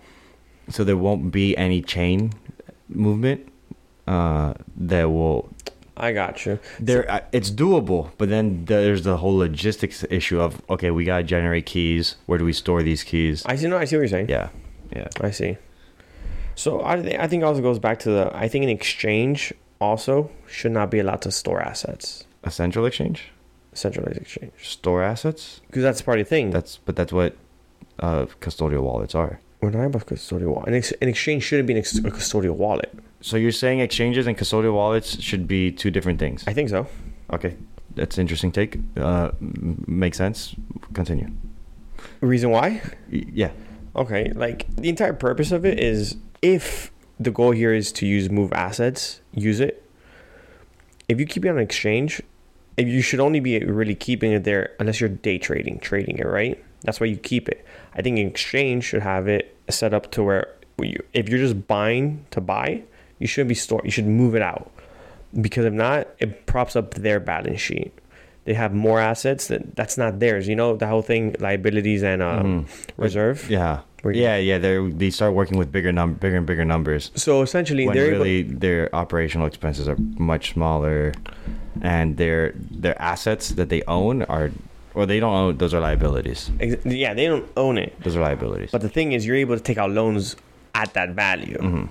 S1: So there won't be any chain movement. Uh, that will
S2: I got you.
S1: there. uh it's doable, but then there's the whole logistics issue of okay, we gotta generate keys. Where do we store these keys?
S2: I see. No, I see what you're saying.
S1: Yeah, yeah.
S2: I see. So I, thi- I think also goes back to the I think an exchange also should not be allowed to store assets,
S1: A central exchange
S2: centralized exchange,
S1: store assets.
S2: because that's part of the thing.
S1: That's but that's what uh, custodial wallets are.
S2: We're not about custodial wallet. An, ex- an exchange shouldn't be an ex- a custodial wallet.
S1: So you're saying exchanges and custodial wallets should be two different things?
S2: I think so.
S1: Okay, that's an interesting take. Uh, m- makes sense. Continue.
S2: Reason why?
S1: Y- yeah.
S2: Okay, like the entire purpose of it is if the goal here is to use move assets, use it. If you keep it on an exchange, if you should only be really keeping it there unless you're day trading, trading it, right? That's why you keep it. I think an exchange should have it set up to where you, if you're just buying to buy, you shouldn't be store. You should move it out because if not, it props up their balance sheet. They have more assets that that's not theirs. You know the whole thing, liabilities and um, reserve.
S1: Yeah.
S2: Where you-
S1: yeah, yeah. They they start working with bigger num bigger and bigger numbers.
S2: So essentially,
S1: When
S2: they're able-
S1: really their operational expenses are much smaller, and their their assets that they own are, well, they don't own. Those are liabilities.
S2: ex- yeah, they don't own it.
S1: Those are liabilities.
S2: But the thing is, you're able to take out loans at that value.
S1: Mm. Mm-hmm.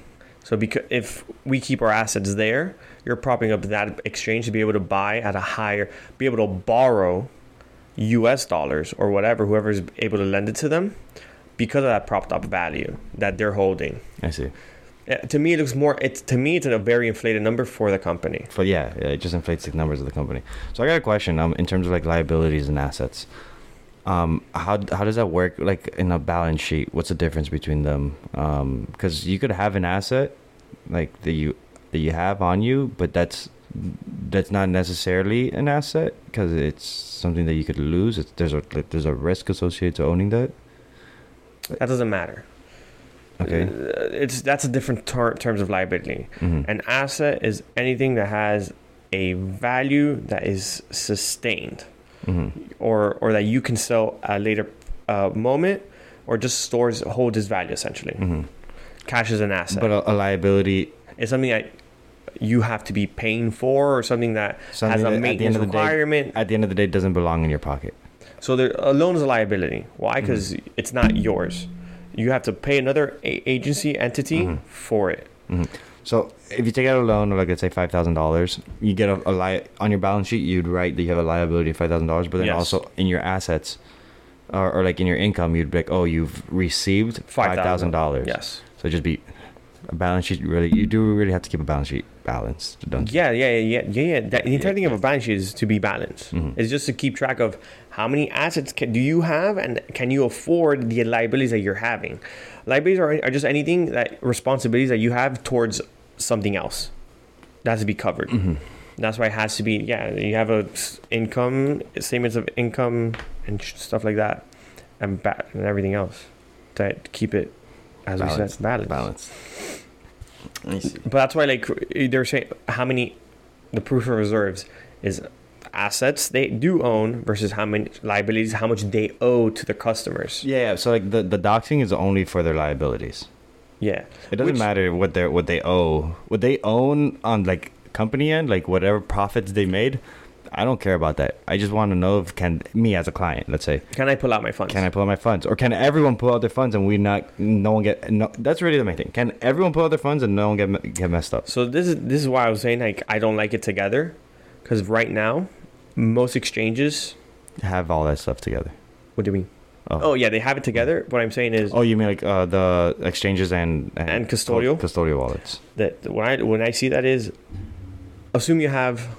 S2: So because if we keep our assets there, you're propping up that exchange to be able to buy at a higher, be able to borrow U.S. dollars or whatever, whoever's able to lend it to them, because of that propped up value that they're holding.
S1: I see.
S2: Uh, to me, it looks more. It's to me, it's a very inflated number for the company.
S1: But yeah, yeah, it just inflates the numbers of the company. So I got a question. Um, in terms of like liabilities and assets, um, how how does that work? Like in a balance sheet, what's the difference between them? Um, because you could have an asset, like that you that you have on you, but that's that's not necessarily an asset because it's something that you could lose. It's, there's a like, there's a risk associated to owning that.
S2: That doesn't matter.
S1: Okay.
S2: Uh, It's that's a different ter- terms of liability.
S1: Mhm.
S2: An asset is anything that has a value that is sustained,
S1: Mhm.
S2: or or that you can sell at a later uh, moment, or just stores holds its value essentially.
S1: Mhm.
S2: Cash is an asset.
S1: But a, a liability,
S2: it's something that you have to be paying for, or something that
S1: something
S2: has a
S1: that at the end
S2: maintenance
S1: of the day,
S2: requirement.
S1: at the end of the day, doesn't belong in your pocket.
S2: So there, a loan is a liability. Why?
S1: Mm-hmm.
S2: Because it's not yours. You have to pay another a- agency entity
S1: Mhm.
S2: for it.
S1: So if you take out a loan of like let's say five thousand dollars, you get a, a li- on your balance sheet. You'd write that you have a liability of five thousand dollars, but then
S2: Yes.
S1: also in your assets, or, or like in your income, you'd be like, oh, you've received five thousand dollars.
S2: Yes.
S1: So just be a balance sheet. Really, you do really have to keep a balance sheet balanced. Don't you?
S2: Yeah, yeah, yeah, yeah, yeah. yeah. Mm-hmm. That, the entire
S1: Yeah.
S2: thing of a balance sheet is to be balanced.
S1: Mhm.
S2: It's just to keep track of how many assets can, do you have and can you afford the liabilities that you're having. Liabilities are, are just anything that responsibilities that you have towards something else. That has to be covered.
S1: Mhm.
S2: That's why it has to be. Yeah, you have a s- income statements of income and sh- stuff like that, and ba- and everything else that keep it as we
S1: Balanced.
S2: said balanced.
S1: Balanced. I see.
S2: But that's why like they're saying how many the proof of reserves is assets they do own versus how many liabilities how much they owe to the customers.
S1: Yeah, yeah. So like the the doxing is only for their liabilities.
S2: Yeah.
S1: It doesn't
S2: Which-
S1: matter what they are what they owe, what they own on like company end, like whatever profits they made. I don't care about that. I just want to know if can me as a client, let's say,
S2: Can I pull out my funds?
S1: can I pull out my funds, or can everyone pull out their funds and we not no one get no? That's really the main thing. Can everyone pull out their funds and no one get me- get messed up?
S2: So this is this is why I was saying like I don't like it together cuz right now most exchanges
S1: Have all that stuff together.
S2: what do we
S1: Oh,
S2: Oh yeah, they have it together. What I'm saying is
S1: Oh, you mean like uh, the exchanges and
S2: And custodial?
S1: custodial wallets?
S2: that when I when I see that is assume you have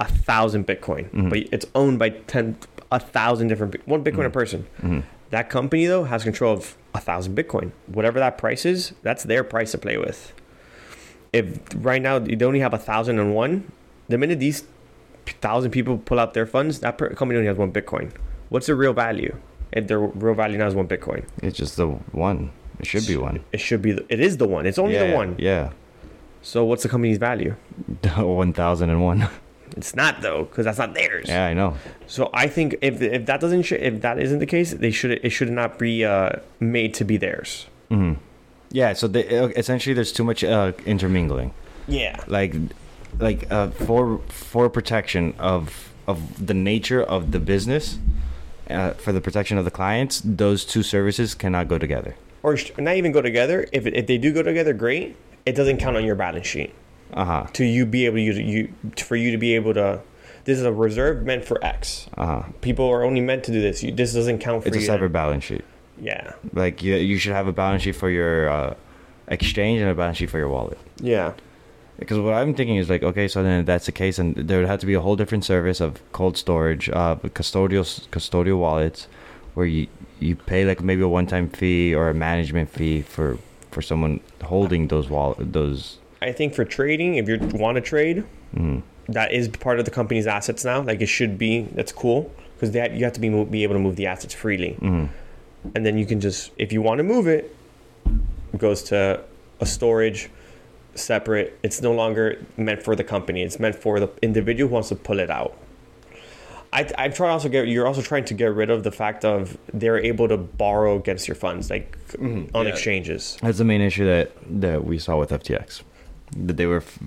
S2: a thousand Bitcoin,
S1: Mhm.
S2: but it's owned by ten a thousand different Bit- one Bitcoin a
S1: Mhm.
S2: person.
S1: hmm
S2: That company though has control of a thousand Bitcoin. Whatever that price is, that's their price to play with. If right now you only have a thousand and one, the minute these p- thousand people pull out their funds, that per- company only has one Bitcoin. What's the real value? If their real value now is one Bitcoin,
S1: It's just the one. It should be one.
S2: it should be. The, it is the one. It's only
S1: yeah,
S2: the one.
S1: Yeah,
S2: So what's the company's value?
S1: one thousand and one.
S2: It's not though, because that's not theirs.
S1: Yeah, I know.
S2: So I think if if that doesn't sh- if that isn't the case, they should it should not be uh, made to be theirs.
S1: hmm Yeah, so they, essentially, there's too much uh, intermingling.
S2: Yeah.
S1: Like, like uh, for for protection of of the nature of the business, uh, for the protection of the clients, those two services cannot go together.
S2: Or sh- not even go together. If if they do go together, great. It doesn't count on your balance sheet
S1: Uh huh.
S2: to you be able to use you for you to be able to. This is a reserve meant for X.
S1: Uh huh.
S2: People are only meant to do this. You, this doesn't count for
S1: It's a
S2: you.
S1: separate balance sheet.
S2: Yeah.
S1: Like you, you should have a balance sheet for your uh, exchange and a balance sheet for your wallet.
S2: Yeah.
S1: Because what I'm thinking is like, okay, so then if that's the case, and there would have to be a whole different service of cold storage, uh, custodial custodial wallets, where you you pay like maybe a one time fee or a management fee for for someone holding those wall those.
S2: I think for trading, if you want to trade,
S1: Mm,
S2: that is part of the company's assets now. Like it should be. That's cool because that you have to be mo- be able to move the assets freely.
S1: mm,
S2: and then you can just if you want to move it, it goes to a storage separate it's no longer meant for the company it's meant for the individual who wants to pull it out I, i'm trying to also get you're also trying to get rid of the fact of they're able to borrow against your funds like on
S1: Mm-hmm. yeah.
S2: exchanges
S1: that's the main issue that that we saw with FTX, that they were f-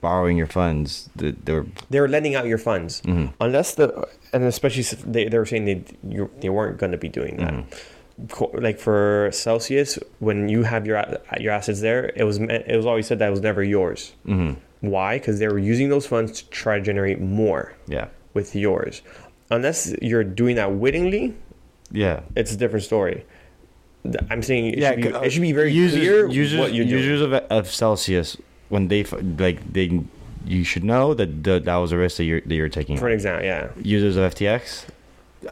S1: borrowing your funds. That they were.
S2: they're lending out your funds
S1: mhm,
S2: unless the and especially s- they, they were saying they you, they weren't going to be doing that
S1: Mm-hmm.
S2: Co- like for celsius when you have your a- your assets there it was me- it was always said that it was never yours
S1: mhm,
S2: why because they were using those funds to try to generate more
S1: yeah,
S2: with yours unless you're doing that wittingly
S1: yeah.
S2: it's a different story Th- i'm saying it,
S1: yeah,
S2: should, be,
S1: c-
S2: it should be very
S1: users,
S2: clear
S1: users,
S2: what you're doing
S1: users of, of Celsius when they f- like they you should know that the, that was a risk that you're that you're taking.
S2: for an example yeah
S1: Users of FTX,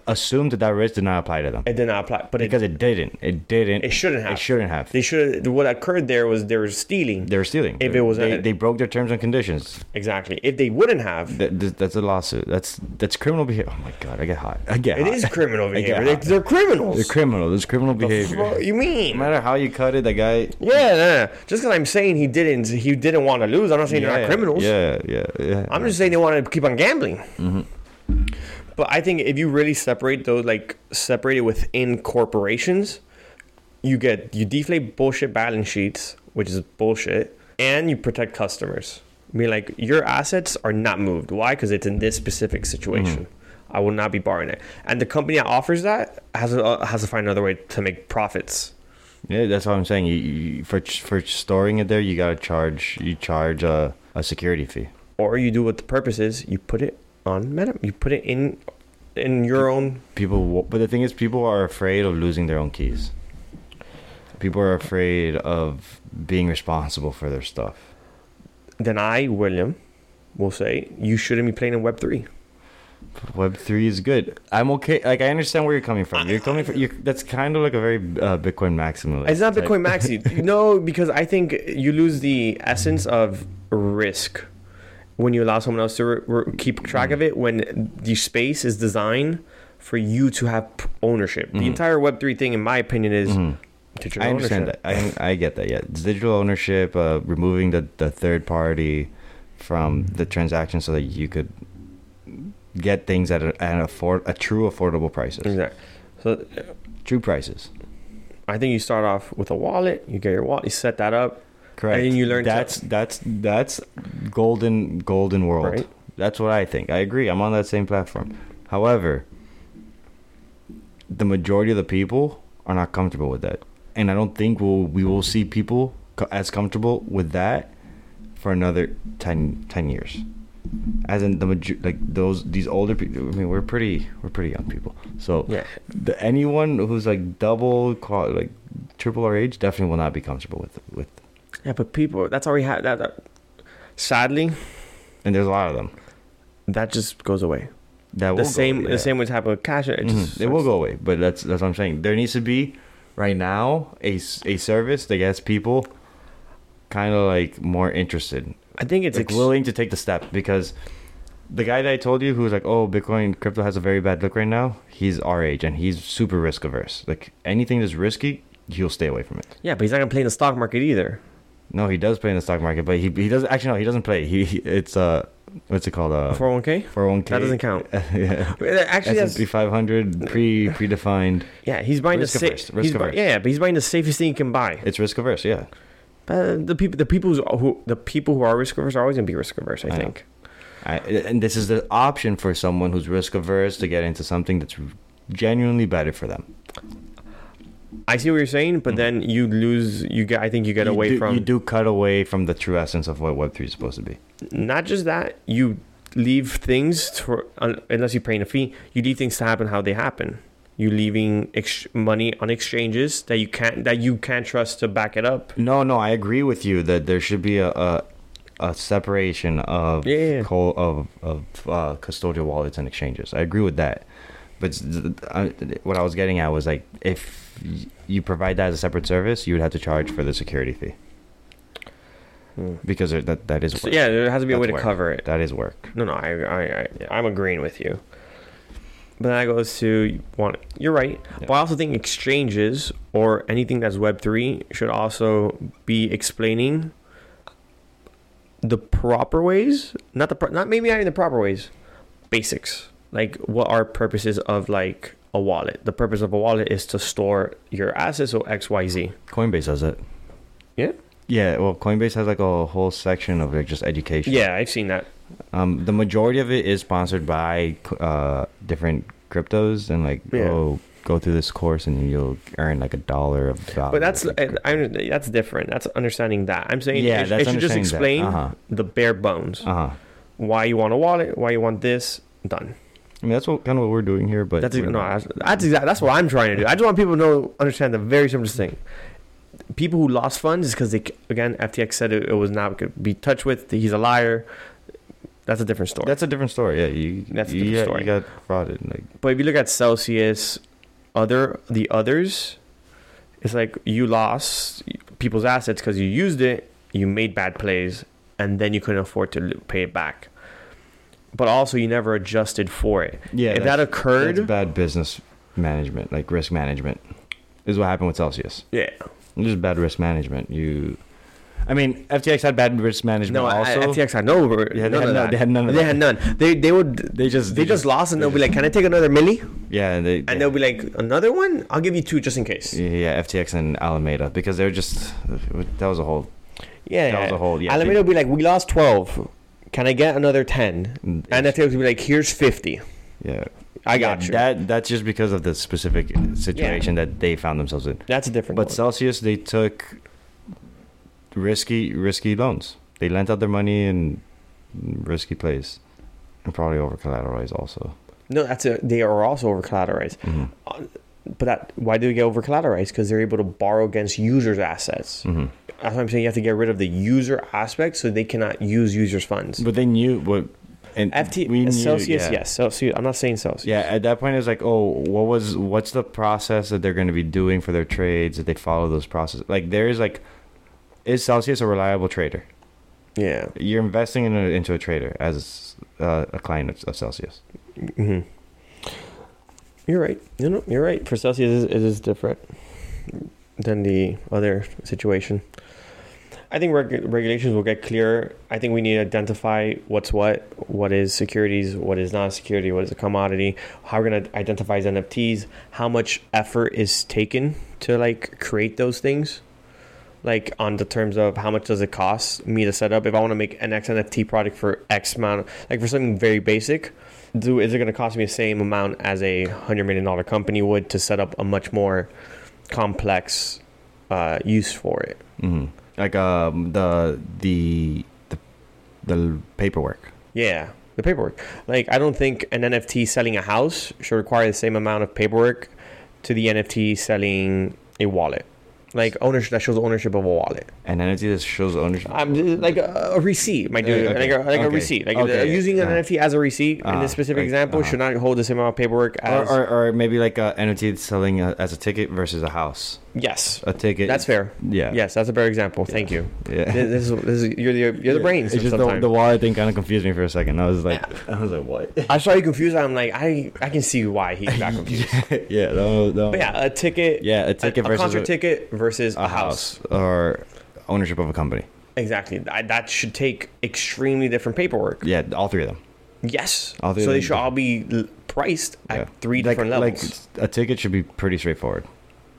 S1: assumed that that risk did not apply to them
S2: It did not apply, but it,
S1: because it didn't. It didn't.
S2: it shouldn't have.
S1: It shouldn't have.
S2: They should. What occurred there was they were stealing.
S1: They were stealing.
S2: If it was
S1: they,
S2: a-
S1: they broke their terms and conditions.
S2: Exactly. If they wouldn't have,
S1: That, that- that's a lawsuit. That's that's criminal behavior. Oh my god, I get hot. I get
S2: it
S1: hot.
S2: is criminal
S1: They get
S2: behavior. They,
S1: hot.
S2: they're criminals.
S1: They're criminal. There's criminal
S2: The
S1: behavior.
S2: fuck you
S1: No
S2: mean?
S1: matter how you cut it, that guy.
S2: Yeah, no, no. just because I'm saying he didn't, he didn't want to lose. I'm not saying they're
S1: Yeah,
S2: not criminals.
S1: Yeah, yeah, yeah.
S2: I'm just saying they want to keep on gambling. But I think if you really separate those, like separate it within corporations, you get you deflate bullshit balance sheets, which is bullshit, and you protect customers. I mean, like your assets are not moved. Why? Because it's in this specific situation. I will not be borrowing it, and the company that offers that has to, uh, has to find another way to make profits.
S1: Yeah, that's what I'm saying. You, you for for storing it there, you gotta charge. You charge a a security fee.
S2: or you do what the purpose is you put it on meta you put it in in your own
S1: People, wa- but the thing is, people are afraid of losing their own keys. People are afraid of being responsible for their stuff.
S2: then i william will say you shouldn't be playing in web 3
S1: Web three is good. I'm okay. Like I understand where you're coming from. You're coming from. You're, that's kind of like a very uh, Bitcoin maximalist.
S2: it's not
S1: type.
S2: bitcoin maxi no because i think you lose the essence of risk when you allow someone else to re- re- keep track of it when the space is designed for you to have p- ownership the entire web 3 thing in my opinion is
S1: Mhm.
S2: digital
S1: I understand
S2: ownership.
S1: that. I I get that. Yeah, it's digital ownership, uh, removing the the third party from the transaction, so that you could get things at, a, at an afford a true affordable prices,
S2: exactly so
S1: true prices.
S2: i think you start off with a wallet you get your wallet you set that up
S1: Correct.
S2: And you learn to-
S1: that's that's that's golden golden world.
S2: Right.
S1: That's what I think. I agree. I'm on that same platform. However, the majority of the people are not comfortable with that, and I don't think we'll we will see people co- as comfortable with that for another 10, 10 years. As in the major, like those these older people. I mean, we're pretty we're pretty young people. So
S2: yeah
S1: the, anyone who's like double qual like triple our age definitely will not be comfortable with with
S2: Yeah, but people, that's already had that, that. Sadly,
S1: and there's a lot of them
S2: that just goes away.
S1: that will
S2: the same,
S1: go,
S2: the same would happen with cash. It,
S1: It,
S2: just
S1: it will go away, but that's that's what I'm saying. There needs to be right now a s- a service that gets people kind of like more interested,
S2: I think it's
S1: like
S2: ex-
S1: willing to take the step because the guy that I told you who was like, oh, Bitcoin crypto has a very bad look right now. He's our age and he's super risk averse. Like anything that's risky, he'll stay away from it.
S2: yeah, but he's not gonna play in the stock market either.
S1: No, he does play in the stock market, but he he doesn't actually. No, he doesn't play. He, he it's uh, what's it called? Uh,
S2: Four hundred one k.
S1: 401k.
S2: That doesn't count.
S1: yeah.
S2: Actually, that's,
S1: S&P 500 pre predefined.
S2: yeah, he's buying the
S1: Risk
S2: safe.
S1: averse, risk
S2: he's bu-
S1: averse.
S2: yeah, but he's buying the safest thing he can buy.
S1: It's risk averse. Yeah,
S2: But the people, the people who's- who, the people who are risk averse are always gonna be risk averse. I,
S1: I know.
S2: think.
S1: I, and this is the option for someone who's risk averse to get into something that's genuinely better for them.
S2: I see what you're saying, but then you lose. You get. I think you get
S1: Mm-hmm. You
S2: away
S1: do,
S2: from
S1: you do cut away from the true essence of what Web three is supposed to be.
S2: not just that. You leave things to, un, unless you're paying a fee. You leave things to happen how they happen. You leaving ex- money on exchanges that you can't that you can't trust to back it up.
S1: No, no, I agree with you that there should be a a, a separation of
S2: Yeah, yeah, yeah.
S1: co- of of uh, custodial wallets and exchanges. I agree with that, but s- th- I, what I was getting at was like if y- you provide that as a separate service, you would have to charge for the security fee because there- that that is work.
S2: Hmm. So yeah, there has to be a way
S1: That's
S2: to
S1: where-
S2: cover it.
S1: that is work.
S2: No, no, I, I, I I'm agreeing with you. But that goes to one. You're right,
S1: Yeah.
S2: but I also think exchanges or anything that's Web three should also be explaining the proper ways, not the pro- not maybe not even the proper ways, basics. Like what are purposes of like a wallet? The purpose of a wallet is to store your assets or X Y Z.
S1: Coinbase does it.
S2: Yeah?
S1: Yeah, well, Coinbase has like a whole section of like just education.
S2: Yeah, I've seen that.
S1: Um, the majority of it is sponsored by uh, different cryptos and like
S2: Yeah.
S1: oh go through this course and you'll earn like a dollar of value.
S2: But that's
S1: Like,
S2: I, I'm, that's different. That's understanding that. I'm saying
S1: yeah,
S2: it,
S1: that's
S2: it should just
S1: understanding that.
S2: explain
S1: Uh-huh.
S2: the bare bones.
S1: Uh-huh.
S2: why you want a wallet, why you want this, done.
S1: I mean that's what kind of what we're doing here, but
S2: That's
S1: we're
S2: no,
S1: not-
S2: that's that's exactly that's what I'm trying to do. I just want people to know, understand the very simplest thing. People who lost funds is because they again FTX said it, it was not could be touched with. He's a liar. that's a different story.
S1: That's a different story. Yeah, you.
S2: That's a
S1: you
S2: different
S1: got-
S2: story.
S1: You got frauded. Like,
S2: But if you look at Celsius, other the others, it's like you lost people's assets because you used it, you made bad plays, and then you couldn't afford to l- pay it back. But also, you never adjusted for it.
S1: yeah,
S2: if that
S1: that's-
S2: occurred,
S1: That's bad business management, like risk management, is what happened with Celsius.
S2: yeah,
S1: Just bad risk management. You, I mean, FTX had bad risk management.
S2: no, I-
S1: also,
S2: FTX had no, none
S1: Yeah, they had no-
S2: of that.
S1: they had none of
S2: They
S1: that.
S2: had none. They they would
S1: they just
S2: they just lost, and they'll be like, "Can I take another milli?"
S1: yeah, and they
S2: And they'll be like, "Another one? I'll give you two just in case." Yeah,
S1: yeah, FTX and Alameda because they're just that was a whole that was a whole yeah.
S2: Alameda will be like, "We lost twelve. Can I get another 10?
S1: dude.
S2: And FTX will be like, "Here's fifty.
S1: yeah,
S2: I got
S1: Yeah,
S2: you."
S1: That that's just because of the specific situation that they found themselves in.
S2: That's a different.
S1: But
S2: But
S1: Celsius, they took risky risky loans. They lent out their money in risky plays, and probably over collateralized also.
S2: no, that's a. They are also over collateralized.
S1: Mhm.
S2: But that why do they get over collateralized? Because they're able to borrow against users' assets.
S1: Mhm.
S2: That's what I'm saying. You have to get rid of the user aspect, so they cannot use users' funds.
S1: But they knew what. And
S2: FT
S1: we knew-
S2: Celsius,
S1: yeah.
S2: yes, Celsius. I'm not saying Celsius.
S1: Yeah, at that point it's like, oh, what was what's the process that they're going to be doing for their trades? That they follow those processes. Like there is like, is Celsius a reliable trader?
S2: yeah.
S1: You're investing in a, into a trader as uh, a client of, of Celsius.
S2: hmm You're right. You know, you're right. For Celsius, it is, it is different than the other situation. I think reg- regulations will get clearer. I think we need to identify what's what, what is securities, what is not a security, what is a commodity, how we're going to identify as NFTs, how much effort is taken to like create those things. Like on the terms of how much does it cost me to set up? If I want to make an X NFT product for X amount, like for something very basic, do is it going to cost me the same amount as a hundred million dollar company would to set up a much more complex uh, use for it?
S1: hmm Like um, the the the the paperwork.
S2: Yeah, the paperwork. Like I don't think an NFT selling a house should require the same amount of paperwork to the NFT selling a wallet. Like ownership that shows ownership of a wallet.
S1: An entity that shows ownership.
S2: I'm like a, a receipt, my dude.
S1: Uh, okay.
S2: Like a, like a
S1: Okay.
S2: receipt. Like
S1: Okay.
S2: uh, using an
S1: Uh-huh.
S2: NFT as a receipt in
S1: Uh-huh.
S2: this specific
S1: Like,
S2: example
S1: uh-huh.
S2: should not hold the same amount of paperwork
S1: or,
S2: as
S1: or, or maybe like uh, an entity that's selling a, as a ticket versus a house.
S2: yes.
S1: A ticket.
S2: That's fair.
S1: Yeah.
S2: Yes, that's a better example. Thank you.
S1: Yeah.
S2: Th- this is, this is, you're the you're the brains.
S1: It's just the,
S2: sometimes.
S1: the wallet thing kind of confused me for a second. I was like, I was like, what?
S2: I saw you confused. I'm like, I I can see why he got confused.
S1: yeah, that was, that
S2: but yeah, a ticket,
S1: yeah, a
S2: a,
S1: ticket
S2: a
S1: versus
S2: contract ticket versus a,
S1: a
S2: house.
S1: house or ownership of a company.
S2: Exactly. I, that should take extremely different paperwork.
S1: Yeah, all three of them.
S2: Yes.
S1: All
S2: So
S1: the-
S2: they should all be l- priced at
S1: Yeah.
S2: three
S1: Like-
S2: different levels.
S1: Like a ticket should be pretty straightforward.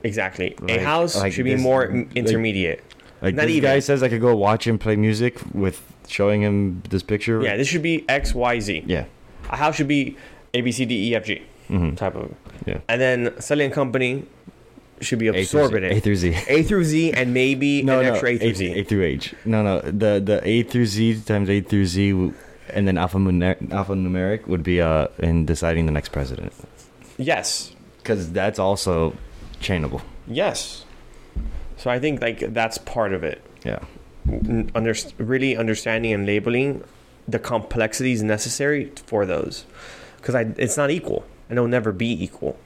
S2: exactly.
S1: like-
S2: a house
S1: like
S2: should be
S1: this-
S2: more m-
S1: like-
S2: intermediate.
S1: Like
S2: Not
S1: this
S2: even.
S1: guy says, I could go watch him play music with showing him this picture.
S2: yeah, this should be X, Y, Z.
S1: yeah, Mm-hmm.
S2: A house should be A, B, C, D, E, F, G type of.
S1: yeah.
S2: And then selling company should be
S1: A through
S2: absorbent.
S1: Z- A through Z.
S2: A through Z and maybe
S1: No,
S2: an
S1: no,
S2: extra A through Z.
S1: A through H. No, no. The the A through Z times A through Z, w- and then alphanumeric, alphanumeric would be uh in deciding the next president.
S2: Yes.
S1: because that's also chainable.
S2: Yes. So I think like that's part of it.
S1: Yeah.
S2: N- Under, really understanding and labeling the complexities necessary for those, because I it's not equal and it'll never be equal.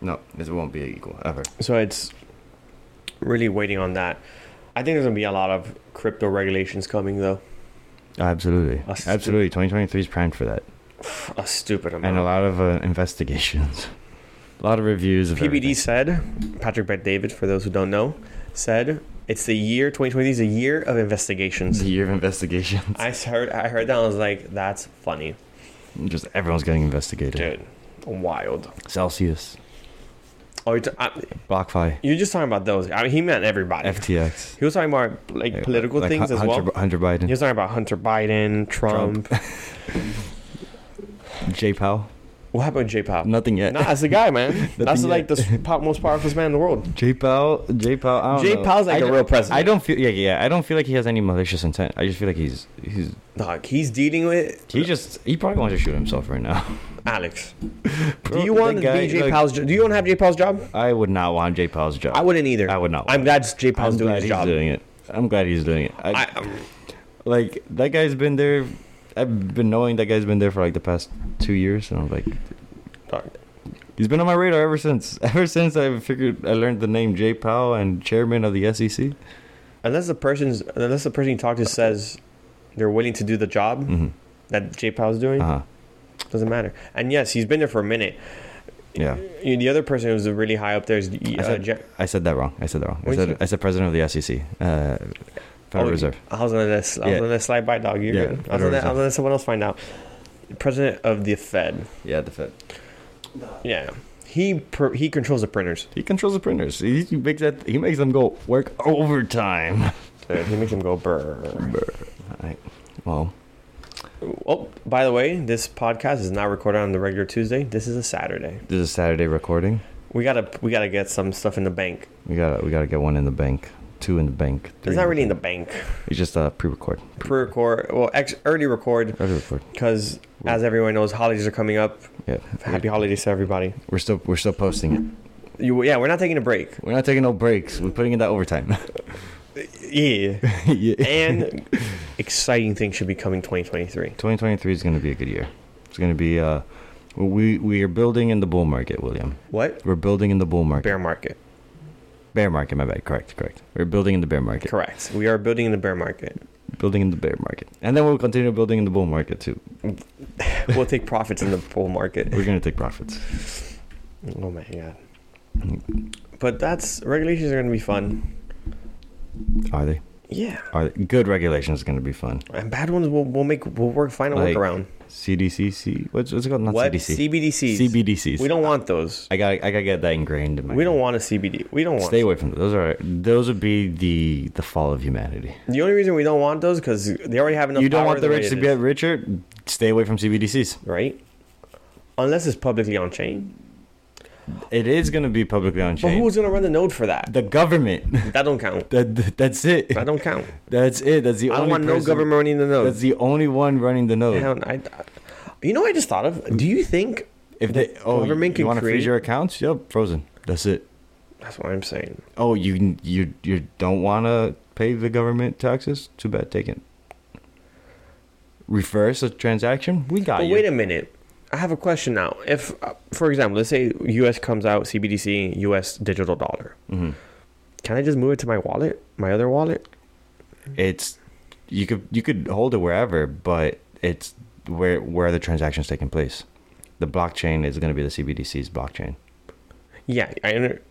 S1: No, it won't be equal ever.
S2: So it's really waiting on that. I think there's gonna be a lot of crypto regulations coming though.
S1: Absolutely,
S2: Us too.
S1: absolutely. Twenty twenty three is primed for that,
S2: A stupid
S1: and a
S2: amount.
S1: lot of uh, investigations, a lot of reviews. Of
S2: PBD
S1: everything.
S2: said, Patrick Bet David, for those who don't know, said it's the year 2020 is a year of investigations.
S1: It's the year of investigations.
S2: I heard I heard that I was like, that's funny,
S1: Just everyone's getting investigated.
S2: dude. Wild.
S1: Celsius,
S2: Oh, you're, t- I,
S1: BlockFi,
S2: you're just talking about those. I mean, he meant everybody.
S1: FTX,
S2: he was talking about like
S1: Hey,
S2: political
S1: like
S2: things
S1: Hun-
S2: as
S1: Hunter,
S2: well.
S1: Hunter
S2: He
S1: Biden,
S2: was talking about Hunter Biden, Trump.
S1: Jay Powell.
S2: what happened with J Pop?
S1: Nothing yet.
S2: Uh, Not as the guy, man. That's
S1: Nothing
S2: like the s- pop, most powerful man in the world.
S1: Jay Powell, Jay Powell. I don't
S2: Jay
S1: know.
S2: Powell's like
S1: I
S2: a
S1: don't-
S2: real president.
S1: I don't feel. Yeah, yeah. I don't feel like he has any malicious intent. I just feel like he's he's
S2: Dog, he's dealing with
S1: he just he probably wants to shoot himself right now.
S2: Alex.
S1: Bro,
S2: Do you
S1: that
S2: want to
S1: guy,
S2: be J
S1: like-
S2: Powell's? jo- Do you want to have J Powell's job?
S1: I would not want Jay Powell's job.
S2: I wouldn't either.
S1: I would not.
S2: I'm glad J Powell's
S1: I'm
S2: doing
S1: glad
S2: his um,
S1: he's
S2: job.
S1: doing it. I'm glad he's doing it. I,
S2: I,
S1: like that guy's been there I've been knowing that guy's been there for like the past two years, and I'm like,
S2: Dog.
S1: he's been on my radar ever since. Ever since I figured I learned the name Jay Powell and chairman of the E SEC.
S2: Unless the person's unless the person you talk to says they're willing to do the job
S1: hmm
S2: that J Powell's doing,
S1: Uh-huh.
S2: doesn't matter. And yes, he's been there for a minute.
S1: Yeah.
S2: You, the other person who's really high up there is uh,
S1: I said-
S2: Je-
S1: I said that wrong. I said that wrong. I
S2: What'd you
S1: said, I said president of the SEC, uh, Federal
S2: Oh,
S1: Reserve.
S2: I was gonna let I was
S1: Yeah.
S2: gonna let slide by dog. You're
S1: Yeah,
S2: good. I was
S1: Federal
S2: gonna, let- I was
S1: Reserve.
S2: gonna let someone else find out. President of the Fed.
S1: Yeah, the Fed.
S2: Yeah, he pr- he controls the printers.
S1: He controls the printers. He, he makes that. He makes them go work overtime.
S2: Dude, he makes them go brr.
S1: Alright. Well,
S2: Oh, by the way, this podcast is not recorded on the regular Tuesday. This is a Saturday.
S1: this is Saturday recording.
S2: We gotta we gotta get some stuff in the bank.
S1: We gotta we gotta get one in the bank, two in the bank. three
S2: It's not really in
S1: bank.
S2: the bank.
S1: It's just uh, pre-record.
S2: Pre-record, well, ex- early record
S1: Already record.
S2: because, as everyone knows, holidays are coming up.
S1: Yeah.
S2: Happy holidays to everybody.
S1: We're still we're still posting it.
S2: You, yeah, we're not taking a break.
S1: We're not taking no breaks. We're putting in that overtime.
S2: Yeah,
S1: yeah.
S2: and exciting things should be coming 2023.
S1: 2023 is gonna be a good year. It's gonna be uh, we we are building in the bull market, William.
S2: What
S1: We're building in the bull market.
S2: bear market?
S1: Bear market. My bad. Correct. Correct. We're building in the bear market.
S2: Correct. We are building in the bear market.
S1: Building in the bear market, and then we'll continue building in the bull market too.
S2: We'll take profits in the bull market.
S1: We're gonna take profits.
S2: Oh my god. But that's regulations are gonna be fun.
S1: Are they?
S2: Yeah.
S1: Are they? good regulations? Going to be fun.
S2: And bad ones will will make we'll work find a
S1: Like,
S2: workaround.
S1: CDC. C- what's, what's it called? Not
S2: what
S1: CDC.
S2: CBDCs?
S1: CBDCs.
S2: We don't want those.
S1: I got. I gotta get that ingrained in my.
S2: We don't
S1: head.
S2: want a CBD. We don't want.
S1: Stay away from those. Those are. Those would be the the fall of humanity.
S2: The only reason we don't want those because they already have enough.
S1: you don't
S2: power
S1: want the
S2: way
S1: rich
S2: it
S1: to
S2: is,
S1: get richer. Stay away from CBDCs.
S2: right. Unless it's publicly on chain.
S1: It is gonna be publicly on
S2: But
S1: chain.
S2: who's gonna run the node for that?
S1: the government.
S2: That don't count.
S1: that that's it.
S2: That don't count.
S1: That's it. That's the
S2: I don't
S1: only
S2: want no
S1: person-
S2: government running the node.
S1: That's the only one running the node.
S2: Hell, I, I- you know, what I just thought of. Do you think?
S1: if they
S2: the
S1: oh,
S2: government
S1: you
S2: can
S1: want to
S2: create-
S1: freeze your accounts? Yep, frozen. That's it.
S2: That's what I'm saying.
S1: Oh, you you you don't want to pay the government taxes? Too bad. Take it. Reverse a transaction. We got
S2: But
S1: Ah, you.
S2: wait a minute. I have a question now. If, uh, for example, let's say U.S. comes out CBDC, U.S. digital dollar.
S1: Mhm.
S2: Can I just move it to my wallet, my other wallet?
S1: It's you could you could hold it wherever, but it's where where are the transactions taking place? The blockchain is going to be the CBDC's blockchain.
S2: Yeah, I under,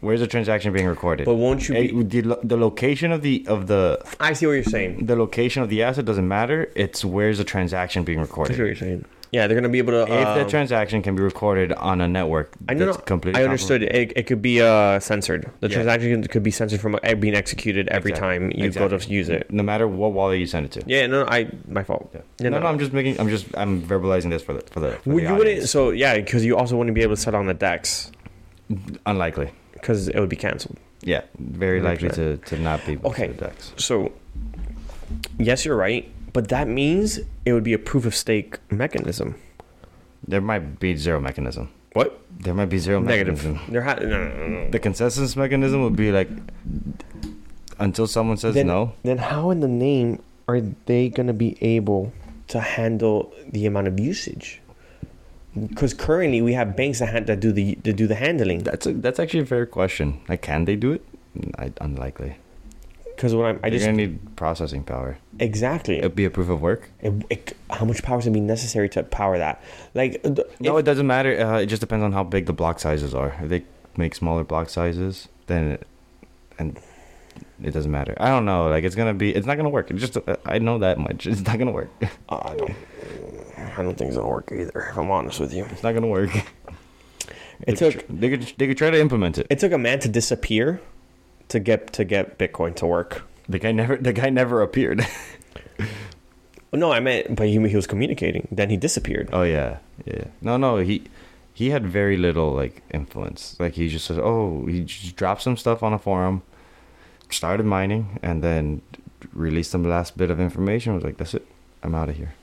S1: Where's the transaction being recorded?
S2: but won't you?
S1: Eh,
S2: Be,
S1: the, lo- the location of the of the
S2: I see what you're saying.
S1: the location of the asset doesn't matter. It's where's the transaction being
S2: I see
S1: recorded.
S2: what you're saying. Yeah, they're gonna be able to.
S1: If
S2: um,
S1: that transaction can be recorded on a network,
S2: I know.
S1: that's completely
S2: I
S1: comparable-
S2: understood. It, it could be uh, censored. The
S1: Yeah.
S2: transaction could be censored from uh, being executed every
S1: Exactly.
S2: time you go to
S1: Exactly.
S2: use it.
S1: No matter what wallet you send it to.
S2: Yeah, no, I my fault.
S1: Yeah.
S2: Yeah,
S1: no,
S2: no.
S1: no, I'm just making. I'm just. I'm verbalizing this for the for the. For
S2: Well,
S1: the
S2: you wouldn't.
S1: audience.
S2: So yeah, because you also wouldn't be able to set on the DEX
S1: Unlikely.
S2: because it would be canceled.
S1: Yeah, very likely to, to not be.
S2: Okay.
S1: Dex.
S2: So yes, you're right, but that means it would be a proof of stake mechanism.
S1: There might be zero mechanism.
S2: What
S1: There might be zero
S2: negative?
S1: mechanism.
S2: There ha- no, no, no, no.
S1: The consensus mechanism would be like until someone says
S2: Then-
S1: no.
S2: Then how in the name are they gonna be able to handle the amount of usage? Because currently we have banks that, hand, that do the that do the handling.
S1: That's a, that's actually a fair question. Like, can they do it? I, unlikely.
S2: Because what I'm, I
S1: They're
S2: just
S1: gonna need processing power.
S2: exactly.
S1: It'd be a proof of work.
S2: It, it, how much power is gonna be necessary to power that? Like uh, the-
S1: No, it doesn't matter. Uh, it just depends on how big the block sizes are. If they make smaller block sizes, then it, and it doesn't matter. I don't know. Like it's gonna be. It's not gonna work. It just. uh, I know that much. It's not gonna work.
S2: Uh, I don't. I don't think it's gonna work either. If I'm honest with you,
S1: It's not gonna work.
S2: it
S1: they,
S2: took
S1: could, tr- they could. They could try to implement it.
S2: it took a man to disappear to get to get Bitcoin to work.
S1: The guy never. The guy never appeared.
S2: No, I meant, but he, he was communicating. Then he disappeared.
S1: oh yeah. Yeah. No. No. He. He had very little like influence. Like he just says, "Oh, he just dropped some stuff on a forum, started mining, and then released some last bit of information." Was like, "That's it. I'm out of here."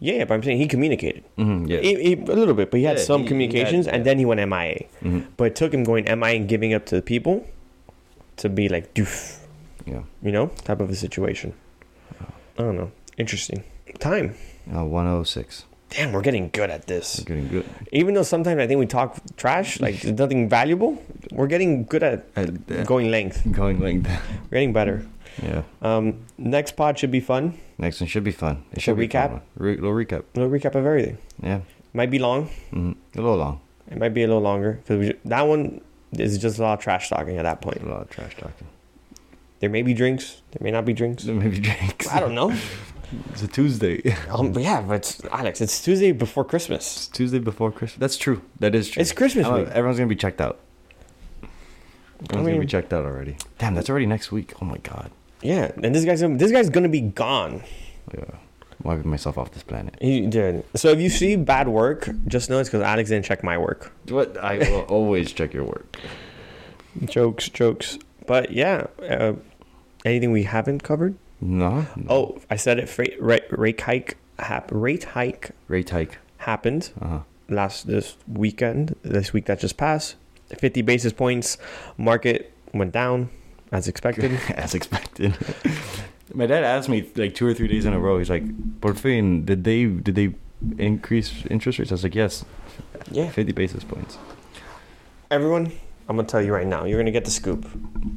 S2: Yeah, but I'm saying he communicated
S1: Mm-hmm, yeah.
S2: He- he- a little bit, but he had
S1: Yeah,
S2: some
S1: he- he
S2: communications,
S1: had-
S2: and then he went MIA.
S1: Mhm.
S2: But it took him going MIA and giving up to the people to be like doof,
S1: Yeah.
S2: you know, type of a situation. I don't know. Interesting. Time.
S1: Uh, 106.
S2: Damn, we're getting good at
S1: It's
S2: this.
S1: getting good.
S2: Even though sometimes I think we talk trash, like there's nothing valuable, we're getting good at
S1: And, uh,
S2: going length.
S1: going like that.
S2: We're getting better.
S1: Yeah.
S2: Um, next pod should be fun.
S1: Next one should be fun. It
S2: So
S1: should be a fun
S2: recap?
S1: one. Re- little recap.
S2: We'll recap of everything.
S1: Yeah.
S2: Might be long.
S1: Mhm. A little long.
S2: It might be a little longer because that one is just a lot of trash talking at that
S1: A
S2: point.
S1: lot of trash talking.
S2: There may be drinks. There may not be drinks.
S1: So maybe drinks.
S2: I don't know.
S1: It's a Tuesday.
S2: Um, but yeah, but it's, Alex, it's Tuesday before Christmas.
S1: It's Tuesday before Christmas. That's true. That is true.
S2: It's Christmas
S1: I'm-
S2: week.
S1: Everyone's gonna be checked out. Everyone's gonna
S2: mean-
S1: be checked out already. Damn, that's already next week. Oh my god.
S2: Yeah, and this guy's this guy's gonna be gone.
S1: Yeah. Wiping myself off this planet.
S2: He did. So if you see bad work, just know it's because Alex didn't check my work.
S1: What? I will always check your work.
S2: Jokes, jokes. But yeah, uh, anything we haven't covered?
S1: No. no.
S2: Oh, I said it. Freight, rate, rate hike hap, rate hike
S1: Rate hike.
S2: happened
S1: Uh huh.
S2: last this weekend. This week that just passed, fifty basis points. Market went down as expected.
S1: As expected. My dad asked me like two or three days in a row. He's like, "Por fin, did they did they increase interest rates?" I was like, "Yes,
S2: yeah,
S1: fifty basis points."
S2: everyone. I'm gonna tell you right now. You're gonna get the scoop.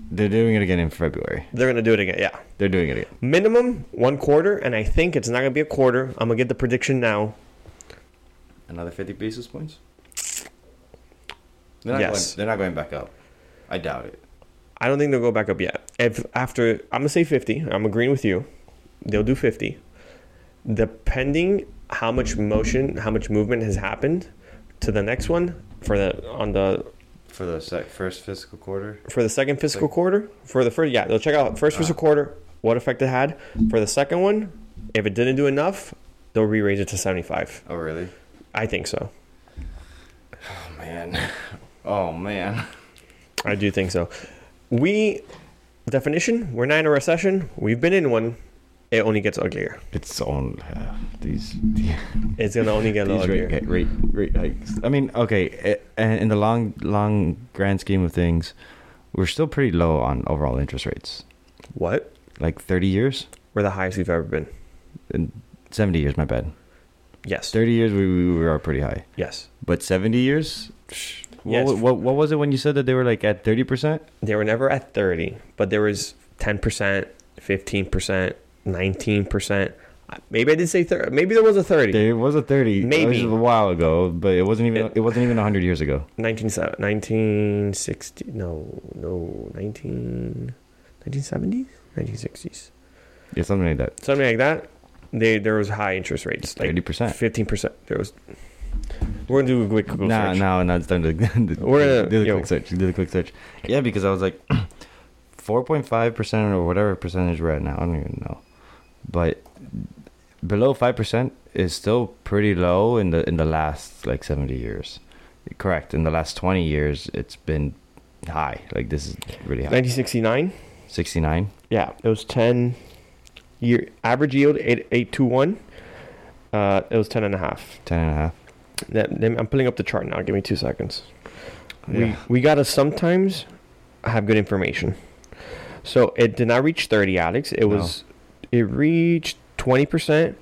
S1: They're doing it again in February.
S2: They're gonna do it again. Yeah.
S1: They're doing it again.
S2: Minimum one quarter, and I think it's not gonna be a quarter. I'm gonna get the prediction now.
S1: Another fifty basis points.
S2: They're not Yes. going-
S1: they're not going back up. I doubt it.
S2: I don't think they'll go back up yet. If after I'm gonna say 50, I'm agreeing with you. They'll do 50. Depending how much motion, how much movement has happened to the next one for the on the
S1: For the sec- first fiscal quarter,
S2: for the second fiscal quarter for the first yeah they'll check out first fiscal quarter what effect it had for the second one. If it didn't do enough, they'll re-raise it to 75.
S1: oh really?
S2: I think so.
S1: Oh man, oh man.
S2: I do think so. We definition, we're not in a recession. We've been in one. It only gets uglier.
S1: It's on uh, these
S2: It's gonna only get a little
S1: these
S2: uglier.
S1: rate, hi- rate rate hikes. I mean, okay, i- in in the long long grand scheme of things, we're still pretty low on overall interest rates.
S2: What?
S1: Like thirty years,
S2: We're the highest we've ever been.
S1: seventy years, my bad.
S2: Yes.
S1: Thirty years, we we were pretty high,
S2: yes.
S1: but seventy years. Psh,
S2: Yes.
S1: What, what what was it when you said that they were like at thirty percent?
S2: They were never at 30, but there was 10%, 15%, 19%. Uh, Maybe I did say 30. Maybe there was a 30.
S1: It was a thirty. It was
S2: Maybe.
S1: a while ago, but it wasn't even
S2: It-
S1: it wasn't even hundred years ago.
S2: 19, 1960. No, no. 19, 1970s? 1960s.
S1: Yeah, something like that.
S2: Something like that. They, there was high interest rates. Like
S1: Thirty percent.
S2: Fifteen percent. There was. We're gonna do a quick Google
S1: No,
S2: search.
S1: no, no, it's time to do the,
S2: We're gonna-
S1: do the
S2: yo.
S1: quick search. Do the quick search. Yeah, because I was like, four point five percent or whatever percentage we're at now. I don't even know, but below five percent is still pretty low in the in the last like seventy years. Correct. In the last twenty years, it's been high. Like this is really high.
S2: Nineteen sixty nine.
S1: Sixty nine.
S2: Yeah, it was ten. Year average yield eight eight two one. Uh, it was ten and a half.
S1: Ten and a half.
S2: That, then I'm pulling up the chart now. Give me two seconds.
S1: Yeah.
S2: We we gotta sometimes have good information. So it did not reach thirty, Alex. It
S1: No.
S2: was it reached twenty percent.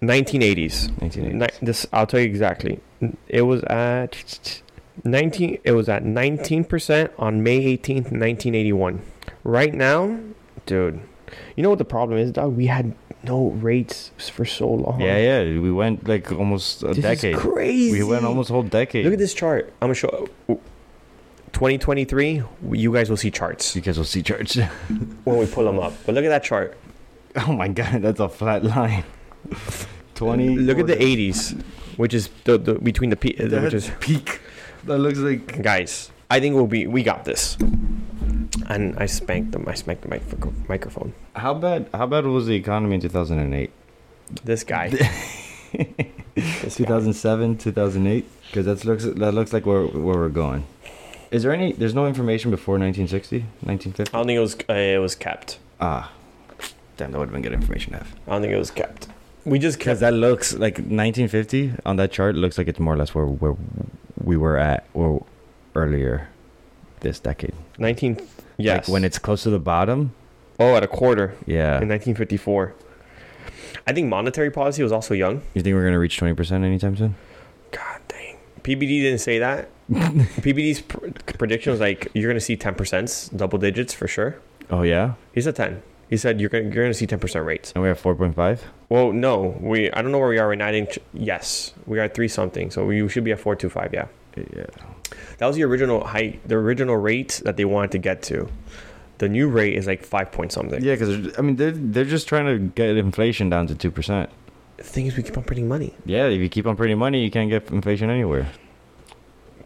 S2: Nineteen eighties.
S1: Nineteen eighty.
S2: Ni- this I'll tell you exactly. It was at 19 it was at 19% on May 18th, 1981. Right now, dude. You know what the problem is, dog? We had no rates for so long.
S1: Yeah, yeah. We went like almost a
S2: This is
S1: decade.
S2: crazy.
S1: We went almost a whole decade.
S2: Look at this chart. I'm going to show 2023, you guys will see charts
S1: You guys will see church.
S2: when we pull them up. But look at that chart.
S1: Oh my god, that's a flat line. Twenty.
S2: Look at the 80s, which is the, the between the P,
S1: That
S2: which is
S1: peak. That looks like.
S2: guys i think we'll be we got this and i spanked them i spanked the micro- microphone
S1: How bad? How bad was the economy in two thousand and eight?
S2: this guy This
S1: Two
S2: guy.
S1: thousand seven, two thousand eight. Because that looks that looks like where where we're going. Is there any? There's no information before 1960, 1950?
S2: i don't think it was uh, it was kept
S1: Ah, damn, that would have been good information to have.
S2: i don't think it was kept we just
S1: Because
S2: kept
S1: that looks like 1950 on that chart looks like it's more or less where where we were at or earlier this decade.
S2: 19 yes
S1: Like when it's close to the bottom.
S2: oh at a quarter
S1: Yeah.
S2: in 1954 I think monetary policy was also young.
S1: You think we're gonna reach twenty percent anytime soon?
S2: God dang. PBD didn't say that. PBD's pr- prediction was like you're gonna see ten percent, double digits for sure.
S1: Oh yeah,
S2: He said ten. He said you're gonna you're gonna see ten percent rates.
S1: and we have four point five.
S2: Well, no, we I don't know where we are right now. I didn't. ch- Yes, we are at three something, so we should be at four two five. Yeah,
S1: Yeah.
S2: that was the original height, the original rate that they wanted to get to. The new rate is like five point something.
S1: Yeah, because I mean they're they're just trying to get inflation down to two percent.
S2: The thing is, we keep on printing money,
S1: Yeah, if you keep on printing money, you can't get inflation anywhere.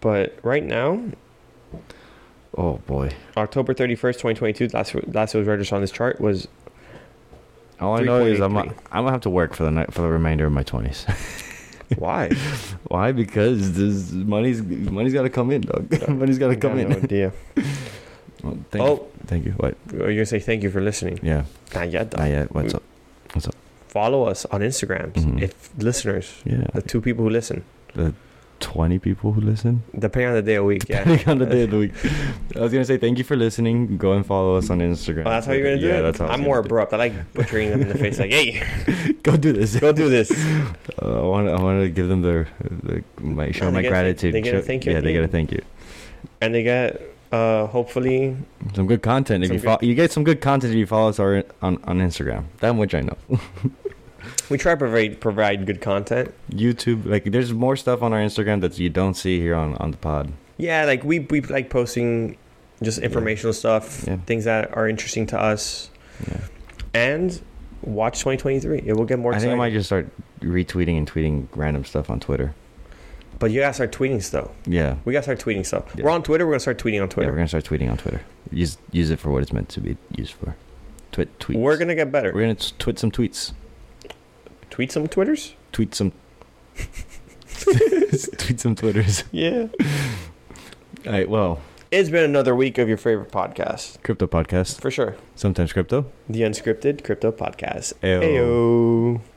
S2: but right now,
S1: Oh boy.
S2: October thirty first, twenty twenty two, last last it was registered on this chart was
S1: All I know is I'm
S2: 3.83.
S1: I'm gonna have to work for the night for the remainder of my twenties.
S2: why?
S1: Why? Because this money's money's gotta come in, dog. money's gotta come
S2: I
S1: in.
S2: have No idea.
S1: Well, thank you.
S2: oh,
S1: Thank you. What?
S2: you're gonna say thank you for listening.
S1: Yeah.
S2: Not yet. Though.
S1: Not yet. What's up?
S2: Follow us on Instagram.
S1: Mhm.
S2: If listeners,
S1: Yeah.
S2: the two people who listen.
S1: Twenty people who listen.
S2: Depending on the day of week, yeah.
S1: Depending on the day of the week. I was gonna say thank you for listening. Go and follow us on Instagram.
S2: Oh, that's how you're gonna do
S1: yeah,
S2: it.
S1: that's how I was
S2: I'm more
S1: gonna do
S2: abrupt. I like butchering them in the face. Like, hey,
S1: it. Go do this.
S2: go do this.
S1: Uh, I want. I want to give them their, their my show
S2: No, Oh, they
S1: my
S2: get a thank-
S1: gratitude.
S2: they get a
S1: Show-
S2: thank you
S1: Yeah,
S2: at
S1: they
S2: the
S1: gotta
S2: end.
S1: thank you.
S2: And they get, uh, hopefully,
S1: Some good content. If
S2: Some
S1: you
S2: good-
S1: follow, you get some good content if you follow us our, on on Instagram. That much I know.
S2: we try to provide provide good content.
S1: YouTube, like there's more stuff on our Instagram that you don't see here on on the pod.
S2: Yeah, like we we like posting just informational stuff,
S1: Yeah.
S2: things that are interesting to us,
S1: Yeah.
S2: and watch 2023. It will get more
S1: I think I
S2: exciting.
S1: might just start retweeting and tweeting random stuff on Twitter.
S2: But you gotta start tweeting stuff.
S1: Yeah,
S2: We gotta start tweeting stuff.
S1: Yeah.
S2: We're on Twitter. We're gonna start tweeting on
S1: yeah, we're
S2: Twitter.
S1: gonna start tweeting on Twitter. Use use it for what it's meant to be used for. Tweet tweets.
S2: we're gonna get better.
S1: we're gonna s- tweet some tweets.
S2: Tweet some Twitters.
S1: Tweet some. tweet some twitters.
S2: Yeah.
S1: All right. Well,
S2: It's been another week of your favorite podcast
S1: crypto podcast.
S2: for sure.
S1: Sometimes crypto.
S2: The Unscripted Crypto Podcast.
S1: Ayo.
S2: Ayo.